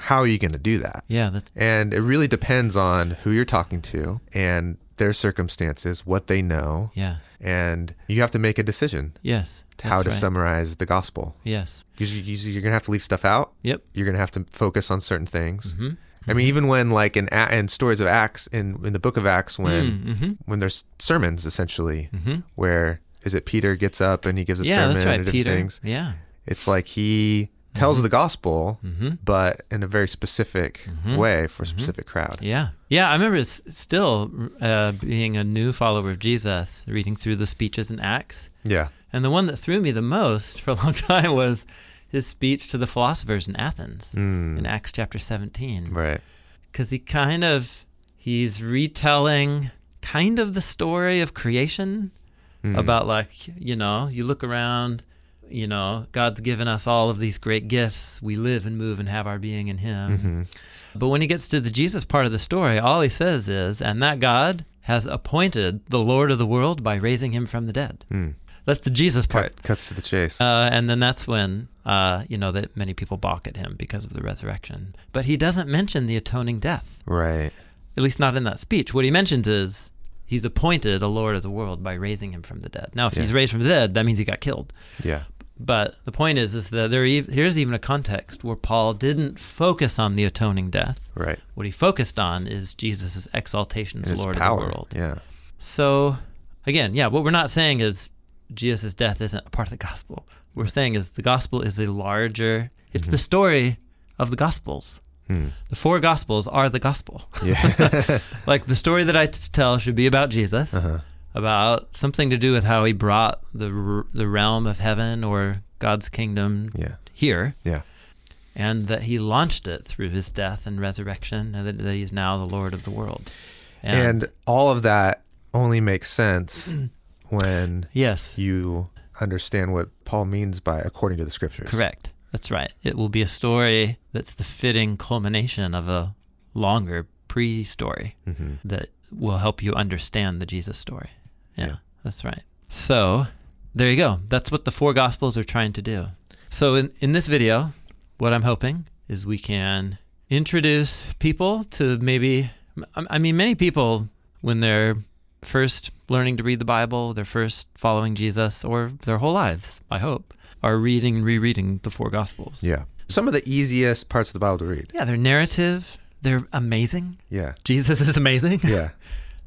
C: how are you going to do that?
B: Yeah, that's
C: And it really depends on who you're talking to and their circumstances, what they know,
B: yeah.
C: and you have to make a decision
B: Yes.
C: to how
B: that's
C: to
B: right.
C: summarize the gospel.
B: Yes.
C: Usually, usually you're going to have to leave stuff out.
B: Yep.
C: You're going to have to focus on certain things.
B: Mm-hmm.
C: I mean, even when like in A- in stories of Acts in in the book of Acts, when
B: Mm-hmm.
C: when there's sermons essentially, where is it Peter gets up and he gives a
B: Yeah,
C: sermon
B: that's
C: or
B: right,
C: different
B: Peter. Mm-hmm.
C: things.
B: Yeah.
C: It's like he tells the gospel,
B: Mm-hmm.
C: but in a very specific way for a specific crowd.
B: Yeah. Yeah. I remember s- still uh, being a new follower of Jesus, reading through the speeches in Acts.
C: Yeah.
B: And the one that threw me the most for a long time was his speech to the philosophers in Athens in Acts chapter 17.
C: Right.
B: Because he kind of, he's retelling kind of the story of creation about like, you know, you look around, you know, God's given us all of these great gifts. We live and move and have our being in him. But when he gets to the Jesus part of the story, all he says is, and that God has appointed the Lord of the world by raising him from the dead. That's the Jesus part.
C: Cut, cuts to the chase.
B: Hmm. Uh, and then that's when, uh, you know, that many people balk at him because of the resurrection. But he doesn't mention the atoning death,
C: right.
B: at least not in that speech. What he mentions is he's appointed a Lord of the world by raising him from the dead. Now, if he's raised from the dead, that means he got killed.
C: Yeah.
B: But the point is, is that there ev- here's even a context where Paul didn't focus on the atoning death.
C: Right.
B: What he focused on is Jesus' exaltation as
C: His
B: Lord
C: power.
B: of the world.
C: Yeah.
B: So, again, yeah, what we're not saying is Jesus' death isn't a part of the gospel. What we're saying is the gospel is a larger, it's
C: Mm-hmm.
B: the story of the gospels. The four gospels are the gospel.
C: Hmm. Yeah.
B: like the story that I t- tell should be about Jesus,
C: Uh-huh.
B: about something to do with how he brought the, r- the realm of heaven or God's kingdom
C: yeah.
B: here
C: Yeah.
B: and that he launched it through his death and resurrection, and that, that he's now the Lord of the world.
C: And all of that only makes sense when
B: yes,
C: you understand what Paul means by according to the scriptures.
B: correct. That's right. It will be a story that's the fitting culmination of a longer pre story that will help you understand the Jesus story. Yeah,
C: Yeah.
B: that's right. So there you go. That's what the four gospels are trying to do. So in, in this video, what I'm hoping is we can introduce people to maybe, I I mean, many people, when they're first learning to read the Bible, they're first following Jesus, or their whole lives, I hope, are reading and rereading the four Gospels.
C: Yeah. Some of the easiest parts of the Bible to read.
B: Yeah, they're narrative, they're amazing.
C: Yeah.
B: Jesus is amazing.
C: Yeah.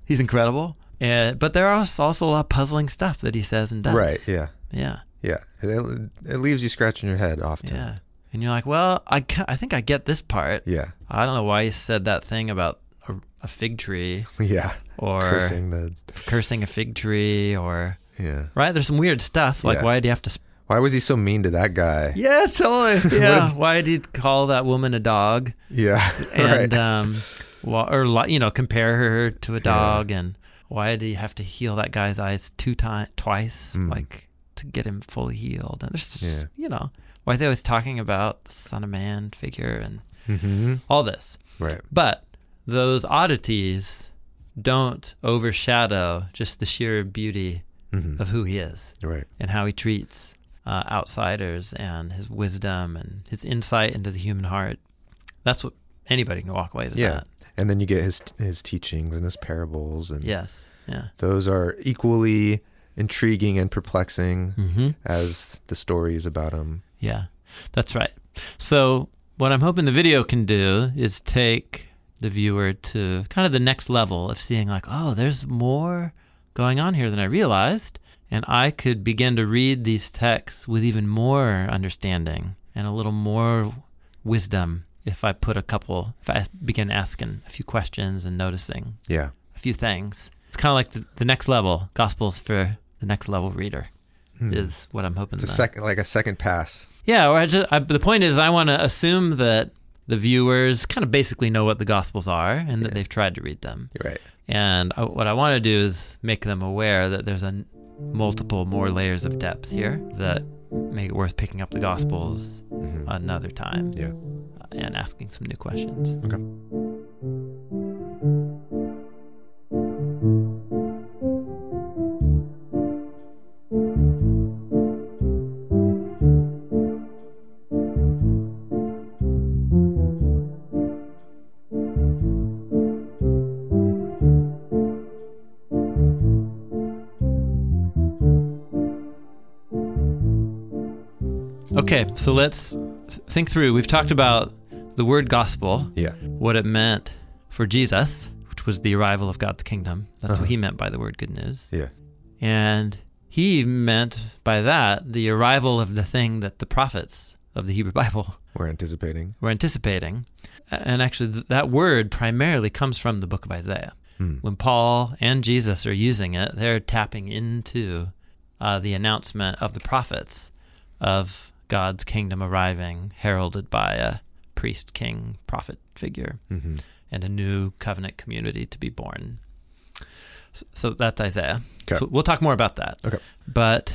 B: He's incredible. And, but there are also a lot of puzzling stuff that he says and does.
C: Right. Yeah.
B: Yeah.
C: Yeah. It, it leaves you scratching your head often.
B: Yeah. And you're like, well, I, ca- I think I get this part.
C: Yeah.
B: I don't know why he said that thing about a, a fig tree
C: Yeah.
B: or cursing.
C: Cursing the.
B: a fig tree or
C: Yeah.
B: right. There's some weird stuff. Like
C: Yeah.
B: why do you have to? Sp-
C: Why was he so mean to that guy?
B: yeah, totally. yeah. why did you call that woman a dog?
C: Yeah. right.
B: And um, wha- or li- you know, compare her to a dog. And why did you have to heal that guy's eyes two times, twice, like to get him fully healed? And there's just
C: Hmm. Yeah.
B: you know, why is he always talking about the son of man figure and
C: hmm
B: all this?
C: Right.
B: But those oddities don't overshadow just the sheer beauty
C: Mhm.
B: of who he is
C: Right.
B: and how he treats uh, outsiders and his wisdom and his insight into the human heart. That's what anybody can walk away with.
C: Yeah.
B: That.
C: And then you get his his teachings and his parables and
B: Yes. Yeah.
C: those are equally intriguing and perplexing
B: Mm-hmm.
C: as the stories about him.
B: Yeah. That's right. So what I'm hoping the video can do is take the viewer to kind of the next level of seeing like, oh, there's more going on here than I realized. And I could begin to read these texts with even more understanding and a little more wisdom if I put a couple, if I begin asking a few questions and noticing
C: Yeah.
B: a few things. It's kind of like the, the next level, Gospels for the next level reader is what I'm hoping.
C: Hmm. It's a
B: that-
C: second like a second pass.
B: yeah, or I just, I, the point is, I want to assume that the viewers kind of basically know what the Gospels are and that they've tried to read them.
C: Right.
B: And I, what I want to do is make them aware that there's a n- multiple more layers of depth here that make it worth picking up the Gospels
C: Mm-hmm.
B: another time
C: Yeah.
B: and asking some new questions. Okay, so let's think through. We've talked about the word gospel,
C: Yeah.
B: what it meant for Jesus, which was the arrival of God's kingdom. That's
C: Uh-huh.
B: what he meant by the word good news.
C: Yeah.
B: And he meant by that the arrival of the thing that the prophets of the Hebrew Bible
C: We're anticipating.
B: were anticipating. A- And actually, th- that word primarily comes from the book of Isaiah.
C: Hmm.
B: When Paul and Jesus are using it, they're tapping into uh, the announcement of the prophets of God's kingdom arriving, heralded by a priest, king, prophet figure,
C: Mm-hmm.
B: and a new covenant community to be born. So, so that's Isaiah.
C: 'Kay.
B: So we'll talk more about that.
C: Okay.
B: But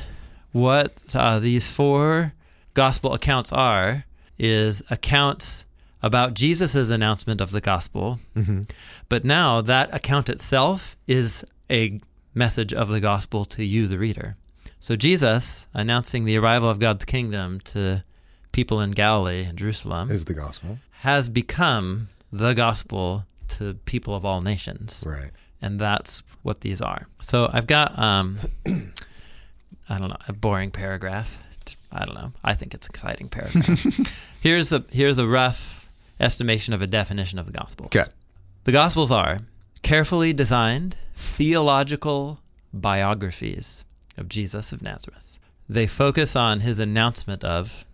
B: what uh, these four gospel accounts are is accounts about Jesus' announcement of the gospel,
C: Mm-hmm.
B: but now that account itself is a message of the gospel to you, the reader. So Jesus announcing the arrival of God's kingdom to people in Galilee and Jerusalem
C: Is the gospel.
B: has become the gospel to people of all nations
C: Right.
B: and that's what these are. So I've got um, I don't know, a boring paragraph. I don't know. I think it's an exciting paragraph. here's a here's a rough estimation of a definition of the gospel.
C: Okay.
B: The gospels are carefully designed theological biographies of Jesus of Nazareth. They focus on his announcement of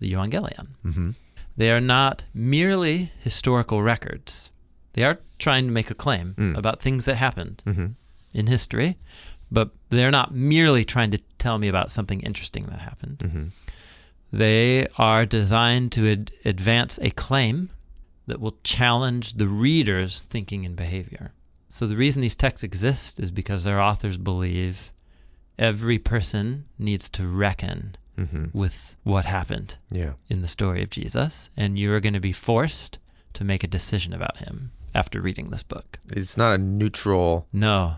B: the Evangelion.
C: Mm-hmm.
B: They are not merely historical records. They are trying to make a claim
C: Mm.
B: about things that happened
C: Mm-hmm.
B: in history, but they're not merely trying to tell me about something interesting that happened.
C: Mm-hmm.
B: They are designed to ad- advance a claim that will challenge the reader's thinking and behavior. So, the reason these texts exist is because their authors believe every person needs to reckon
C: Mm-hmm.
B: with what happened
C: Yeah.
B: in the story of Jesus, and you are going to be forced to make a decision about him after reading this book.
C: It's not a neutral
B: No,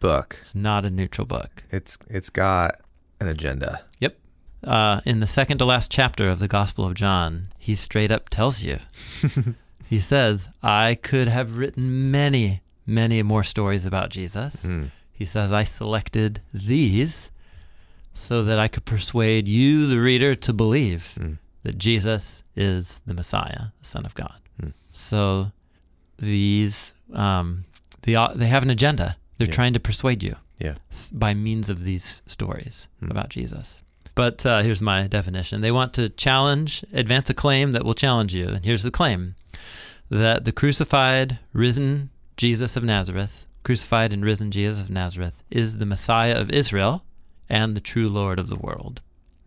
C: book.
B: it's not a neutral book.
C: It's it's got an agenda.
B: Yep. Uh, in the second to last chapter of the Gospel of John, he straight up tells you.
C: Hmm.
B: he says, I could have written many, many more stories about Jesus.
C: Hmm.
B: He says, I selected these so that I could persuade you, the reader, to believe
C: Mm.
B: that Jesus is the Messiah, the Son of God.
C: Mm.
B: So these, um, they, are- they have an agenda. They're
C: Yeah.
B: trying to persuade you
C: Yeah.
B: s- by means of these stories
C: Mm.
B: about Jesus. But uh, here's my definition they want to challenge, advance a claim that will challenge you. And here's the claim that the crucified, risen Jesus of Nazareth, crucified and risen Jesus of Nazareth, is the Messiah of Israel and the true Lord of the world.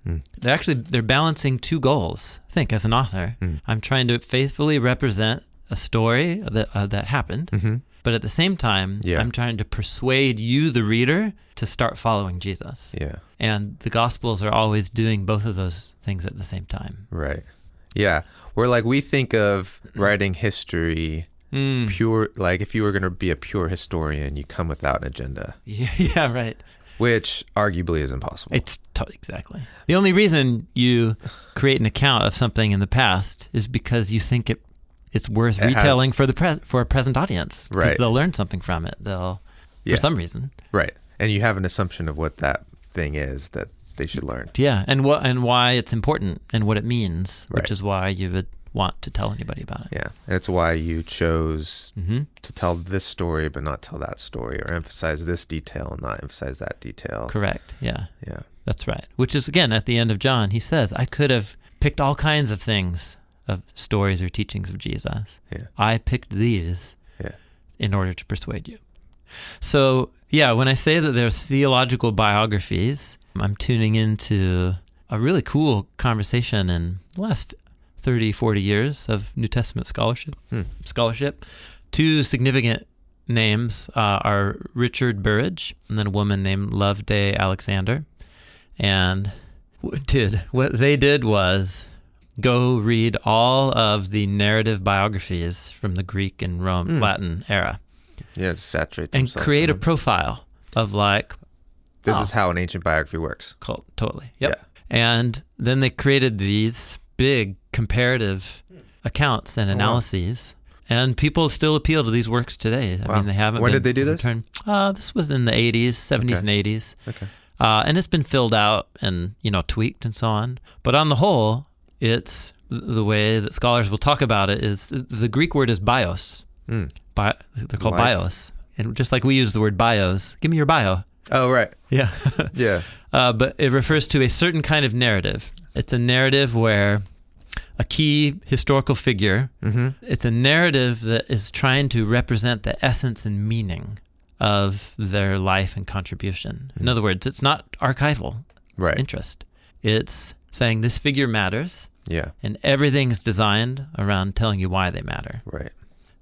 C: Hmm.
B: They're actually they're balancing two goals. I think as an author,
C: Hmm.
B: I'm trying to faithfully represent a story that uh, that happened,
C: Mm-hmm.
B: but at the same time,
C: Yeah.
B: I'm trying to persuade you, the reader, to start following Jesus.
C: Yeah.
B: And the Gospels are always doing both of those things at the same time.
C: Right. Yeah. Where like we think of writing history
B: Mm.
C: pure like if you were gonna be a pure historian, you come without an agenda.
B: Yeah, yeah, right.
C: Which arguably is impossible.
B: It's t- exactly. The only reason you create an account of something in the past is because you think it it's worth
C: It has-
B: retelling for the pres for a present audience 'cause
C: Right.
B: they'll learn something from it. They'll
C: Yeah.
B: for some reason.
C: right. And you have an assumption of what that thing is that they should learn.
B: Yeah, and what and why it's important and what it means,
C: Right.
B: which is why you would want to tell anybody about it.
C: Yeah. And it's why you chose
B: Mm-hmm.
C: to tell this story but not tell that story or emphasize this detail and not emphasize that detail.
B: Correct. Yeah.
C: Yeah.
B: That's right. Which is again at the end of John, he says, I could have picked all kinds of things of stories or teachings of Jesus.
C: Yeah.
B: I picked these
C: Yeah.
B: in order to persuade you. So, yeah, when I say that there's theological biographies, I'm tuning into a really cool conversation in the last 30, 40 years of New Testament scholarship.
C: Hmm.
B: Scholarship. Two significant names uh, are Richard Burridge and then a woman named Loveday Alexander. And w- dude, what they did was go read all of the narrative biographies from the Greek and Rome
C: Hmm.
B: Latin era
C: Yeah, just saturate
B: and
C: themselves
B: create
C: in
B: a
C: them.
B: profile of like
C: This
B: Oh.
C: is how an ancient biography works.
B: cult totally yep
C: Yeah.
B: and then they created these big comparative accounts and
C: Oh, wow.
B: analyses and people still appeal to these works today i
C: Wow.
B: mean they haven't
C: When
B: been
C: did they do this?
B: returned- uh, this was in the 80s 70s
C: Okay.
B: and 80s
C: Okay.
B: uh, and it's been filled out and you know tweaked and so on. But on the whole, it's the way that scholars will talk about it is the Greek word is bios.
C: Hmm.
A: Mm.
B: Bi- they're called
C: Life.
B: bios, and just like we use the word bios, give me your bio.
A: Oh, right.
B: Yeah.
A: Yeah.
B: uh, but it refers to a certain kind of narrative. It's a narrative where a key historical figure, it's a narrative that is trying to represent the essence and meaning of their life and contribution. In other words, it's not archival
C: Right.
B: interest. It's saying this figure matters
C: Yeah.
B: and everything's designed around telling you why they matter.
C: Right.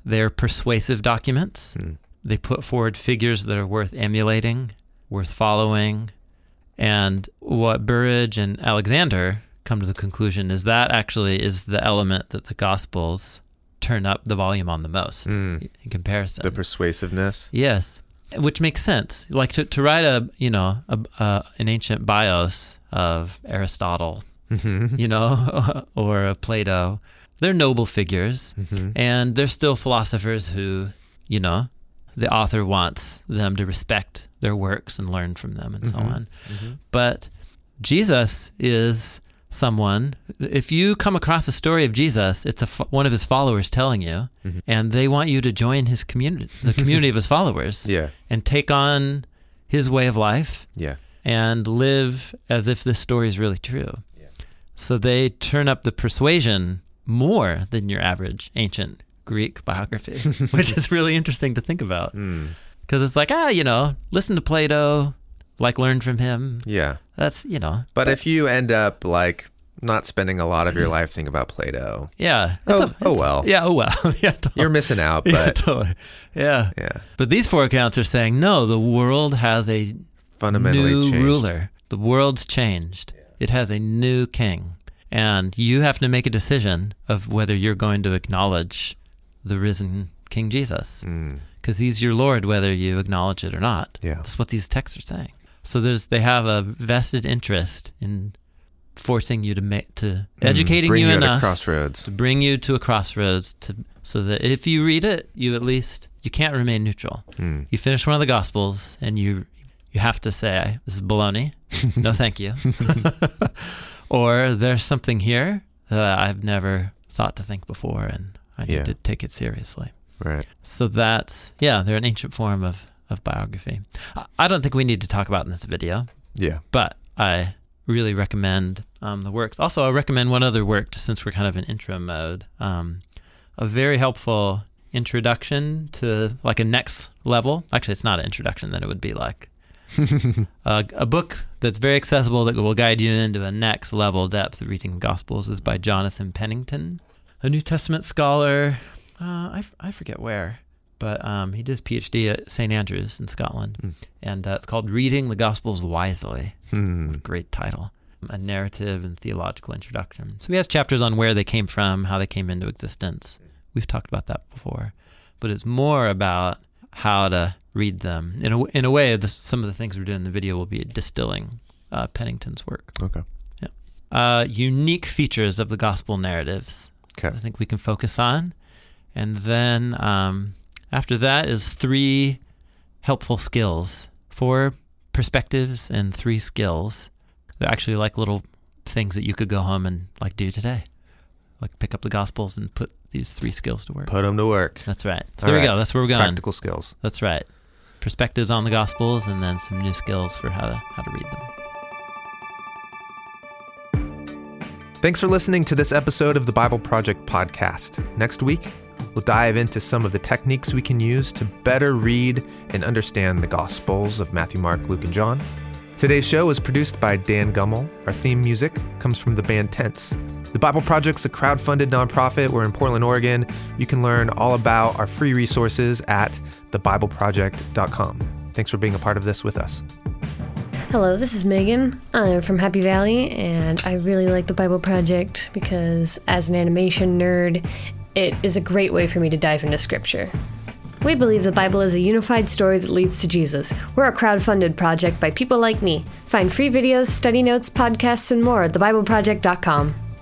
B: They're persuasive documents. They put forward figures that are worth emulating, worth following. And what Burridge and Alexander come to the conclusion is that actually is the element that the Gospels turn up the volume on the most in comparison.
C: Mm. The persuasiveness.
B: Yes, which makes sense. Like to, to write a you know a, a, an ancient bios of Aristotle, you know, or of Plato. They're noble figures,
C: Mm-hmm.
B: and they're still philosophers who, you know, the author wants them to respect their works and learn from them and so on. But Jesus is someone. If you come across a story of Jesus, it's a fo- one of his followers telling you, and they want you to join his community, the community of his followers,
C: Yeah.
B: and take on his way of life
C: Yeah.
B: and live as if this story is really true. So they turn up the persuasion more than your average ancient Greek biography, which is really interesting to think about.
C: Mm.
B: Because it's like, ah, you know, listen to Plato, like learn from him.
C: Yeah.
B: That's, you know,
C: But if you end up like not spending a lot of your life thinking about Plato,
B: yeah.
C: Oh-
B: It's
C: oh well.
B: Yeah, oh well. yeah, totally.
C: you're missing out.
B: yeah,
C: But
B: totally. Yeah.
C: yeah,
B: But these four accounts are saying, no, the world has a
C: fundamentally
B: new
C: changed.
B: ruler. The world's changed. It has a new king. And you have to make a decision of whether you're going to acknowledge the risen King
C: Mm.
B: Jesus. Because he's your Lord, whether you acknowledge it or not.
C: Yeah.
B: That's what these texts are saying. So there's they have a vested interest in forcing you to make to educating
C: Mm. Bring
B: you,
C: you at a
B: enough
C: crossroads.
B: to bring you to a crossroads to so that if you read it you at least you can't remain neutral
C: Mm.
B: you finish one of the gospels and you you have to say this is baloney no thank you or there's something here that i've never thought to think before and i need
C: Yeah.
B: to take it seriously
C: Right.
B: so that's yeah they're an ancient form of of biography I- i don't think we need to talk about in this video
C: Yeah.
B: but I really recommend um, the works. Also, I recommend one other work just since we're kind of in intro mode. Um, a very helpful introduction to like a next level. Actually, it's not an introduction. Then it would be like a, a book that's very accessible that will guide you into a next level depth of reading the Gospels is by Jonathan Pennington, a New Testament scholar. Uh, I, f- I forget where, but um, he did his PhD at St. Andrews in Scotland. And uh, it's called Reading the Gospels Wisely.
C: Hmm.
B: Great title. A narrative and theological introduction. So he has chapters on where they came from, how they came into existence. We've talked about that before, but it's more about how to read them. In a, in a way, this, some of the things we're doing in the video will be distilling uh, Pennington's work.
C: Okay.
B: Uh, unique features of the gospel narratives
C: Okay.
B: I think we can focus on. And then um, after that is three helpful skills, four perspectives and three skills. They're actually like little things that you could go home and like do today. Like pick up the gospels and put these three skills to work.
C: Put them to work.
B: That's right. So
C: All
B: there we
C: right.
B: go. That's where we're going.
C: Practical skills.
B: That's right. Perspectives on the gospels and then some new skills for how to how to read them.
A: Thanks for listening to this episode of the Bible Project Podcast. Next week, we'll dive into some of the techniques we can use to better read and understand the Gospels of Matthew, Mark, Luke, and John. Today's show is produced by Dan Gummel. Our theme music comes from the band Tense. The Bible Project's a crowdfunded nonprofit. We're in Portland, Oregon. You can learn all about our free resources at thebibleproject.com. Thanks for being a part of this with us.
D: Hello, this is Megan. I'm from Happy Valley, and I really like the Bible Project because, as an animation nerd, it is a great way for me to dive into scripture. We believe the Bible is a unified story that leads to Jesus. We're a crowdfunded project by people like me. Find free videos, study notes, podcasts, and more at thebibleproject.com.